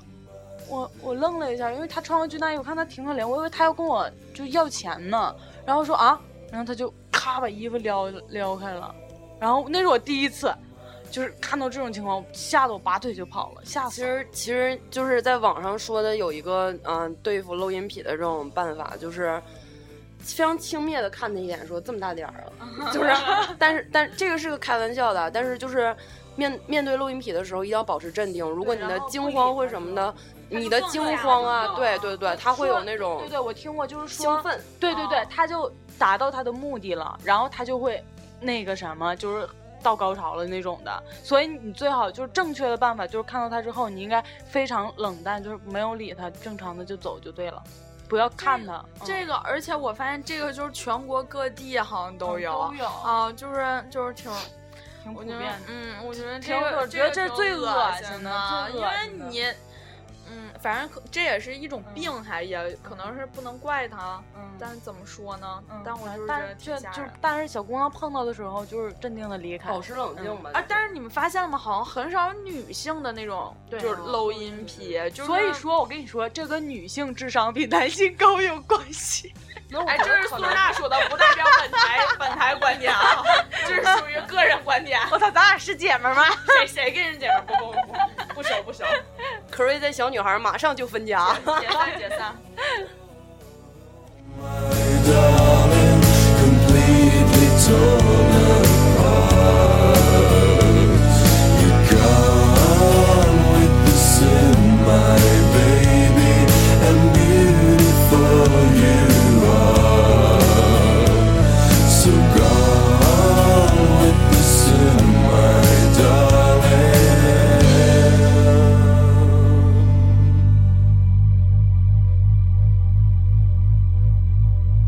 S3: 我我愣了一下，因为他穿过军大衣，我看他挺可怜，我以为他要跟我就要钱呢，然后说啊，然后他就咔把衣服撩撩开了，然后那是我第一次，就是看到这种情况，吓得我拔腿就跑了，吓
S4: 其
S3: 死了。
S4: 实其实就是在网上说的有一个嗯、呃对付漏音癖的这种办法，就是非常轻蔑的看他一眼，说这么大点儿啊，
S3: *laughs*
S4: 就是，但是但这个是个开玩笑的，但是就是面面对漏音癖的时候一定要保持镇定，如果你的
S3: 然后
S4: 惊
S3: 不理
S4: 慌
S3: 他
S4: 或什么的，
S2: 就
S4: 你的
S2: 更
S4: 惊
S2: 大
S4: 慌
S2: 了
S4: 啊，
S2: 更
S4: 对
S2: 大
S4: 对对，他会有那种
S3: 对对，我听过，就是说
S4: 兴奋，啊
S3: 对对对，他就达到他的目的了，然后他就会那个什么，就是到高潮了那种的。所以你最好就是正确的办法，就是看到他之后，你应该非常冷淡，就是没有理他，正常的就走就对了，不要看他。
S2: 这个，而且我发现这个就是全国各地好像都有，
S3: 都有
S2: 啊，就是就是挺，
S3: 挺普
S2: 我觉
S3: 遍
S2: 得
S3: 的。
S2: 嗯，我觉得
S3: 挺
S2: 这
S3: 有
S2: 个
S3: 我觉得
S2: 这
S3: 这
S2: 个
S3: 最
S2: 挺
S3: 恶
S2: 恶
S3: 心的
S2: 的，嗯
S3: 最
S2: 因
S3: 恶心
S2: 为
S3: 的
S2: 你，嗯，反正可这也是一种病，还也可能是不能怪他，
S3: 嗯
S2: 但是怎么说呢？
S3: 嗯
S2: 但我就是觉
S3: 但
S2: 得
S3: 这
S2: 挺
S3: 就
S2: 吓
S3: 是
S2: 人，。
S3: 但是小姑娘碰到的时候，就是镇定的离开。
S4: 保持冷静吧。
S2: 啊！但是你们发现了吗？好像很少有女性的那种，
S3: 对
S2: 就是
S3: 啊
S2: 漏音癖，就是
S3: 所以说，我跟你说，这跟女性智商比男性高有关系。
S2: 哎，这是苏娜说的，不代表本 *laughs* 台本台观点啊，这是属于个人观点。啊
S3: 我操，咱俩是姐们儿吗？
S2: 谁谁跟人姐们不不不不熟不熟，
S4: crazy 小女孩马上就
S3: *laughs*
S4: 分家。
S2: 解散解散。
S6: darling, completely torn apart. You're gone with this in my baby, and beautiful you are. So gone with this in my darling.
S3: *laughs*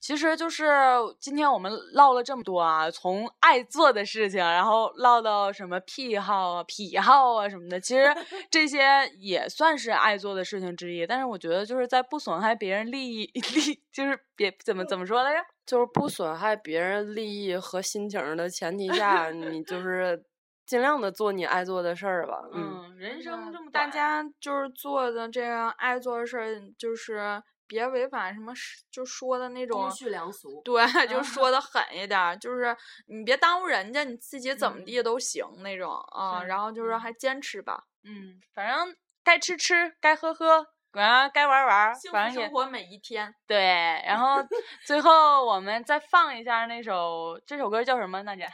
S3: 其实就是今天我们唠了这么多啊，从爱做的事情，然后唠到什么癖好啊、癖好啊什么的，其 *laughs* 实这些也算是爱做的事情之一。但是我觉得就是在不损害别人利益 *laughs* 利，就是别怎么怎么说来着？嗯
S4: 就是不损害别人利益和心情儿的前提下，你就是尽量的做你爱做的事儿吧。嗯，
S3: 嗯，人
S2: 那
S3: 生这么
S2: 大
S3: 短，
S2: 家就是做的这样爱做的事儿，就是别违反什么是，就说的那种
S8: 公序良俗。
S2: 对， *laughs* 就说的狠一点儿，就是你别耽误人家，你自己怎么地都行那种啊。
S3: 是
S2: 然后就是
S3: 嗯
S2: 还坚持吧，
S3: 嗯，反正该吃吃，该喝喝，完了该玩玩，
S2: 幸
S3: 反
S2: 福
S3: 正也
S2: 生活每一天。
S3: 对。然后最后我们再放一下那首这首歌叫什么？娜姐，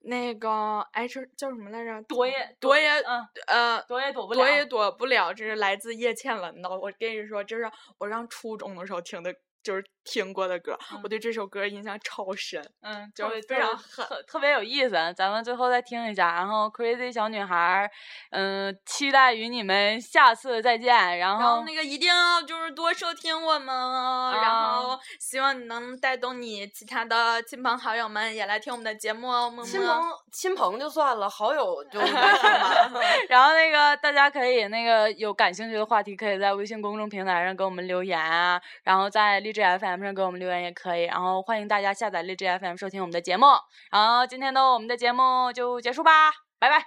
S2: 那个哎，这叫什么来着？
S3: 躲也
S2: 躲也
S3: 嗯，
S2: 呃。
S3: 躲也躲不了，
S2: 躲也躲不了，这是来自叶倩文的。我跟你说，这是我上初中的时候听的，就是听过的歌。我对这首歌印象超深。
S3: 嗯，
S2: 就
S3: 特别
S2: 是非
S3: 特别
S2: 常狠
S3: 特特别有意思。啊咱们最后再听一下，然后 Crazy 小女孩儿，嗯，期待与你们下次再见。然
S2: 然
S4: 哦
S2: 后
S3: 后
S2: 那个一定要就是多收听我们哦，然
S3: 啊
S2: 后希望你能带动你其他的亲朋好友们也来听我们的节目哦，么么
S4: 亲朋亲朋就算了，好友就没听吧。
S3: 然后那个大家可以那个有感兴趣的话题，可以在微信公众平台上给我们留言啊，然后在荔枝 FM 上给我们留言也可以。然后欢迎大家下载荔枝 FM 收听我们的节目。然后今天的我们的节目就结束吧，拜拜。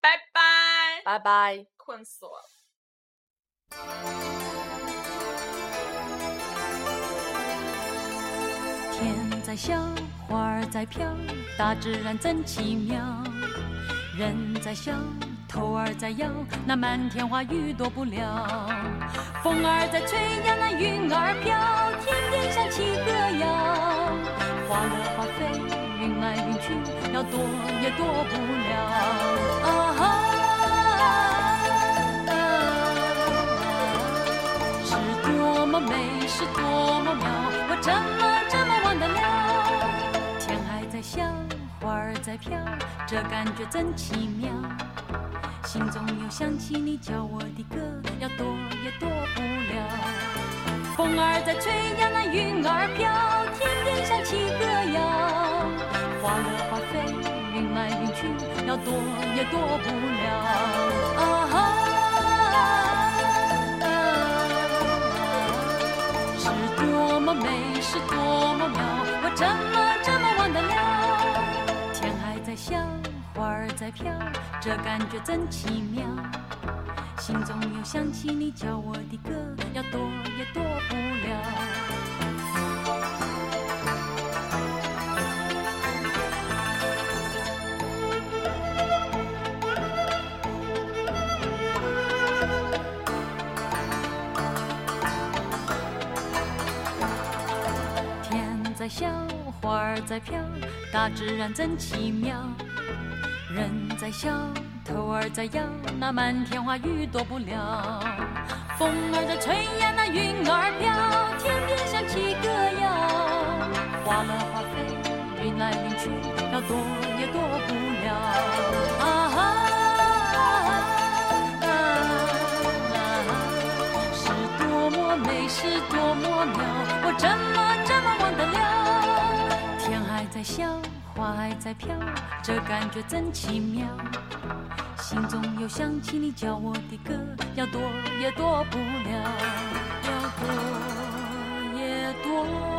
S2: 拜拜，
S4: 拜拜。
S2: 困死我了。
S1: 天在笑，花儿在飘，大自然真奇妙。人在笑，头儿在摇，那漫天花雨躲不了。风儿在吹呀，那云儿飘，天天响起歌谣。花落花飞，云来云去，要躲也躲不了。啊哈。啊是多么美，是多么妙，我怎么这么忘得了？天还在笑，花儿在飘，这感觉真奇妙。心中又想起你教我的歌，要躲也躲不了。风儿在吹呀，那云儿飘，天天响起歌谣。花落花飞，云来云去，要躲也躲不了。啊哈！是多么美，是多么妙，我怎么这么忘得了？天还在笑，花儿在飘，这感觉真奇妙。心中又想起你教我的歌，要躲也躲不了。天在笑，花儿在飘，大自然真奇妙。人在笑，头儿在摇，那漫天花雨躲不了。风儿在吹呀，那云儿飘，天边响起歌谣。花落花飞，云来云去，要躲也躲不了。啊哈！啊啊是多么美，是多么妙，我怎么这么忘得了？天还在笑，花还在飘，这感觉真奇妙。心中又想起你教我的歌，要躲也躲不了，要躲也躲。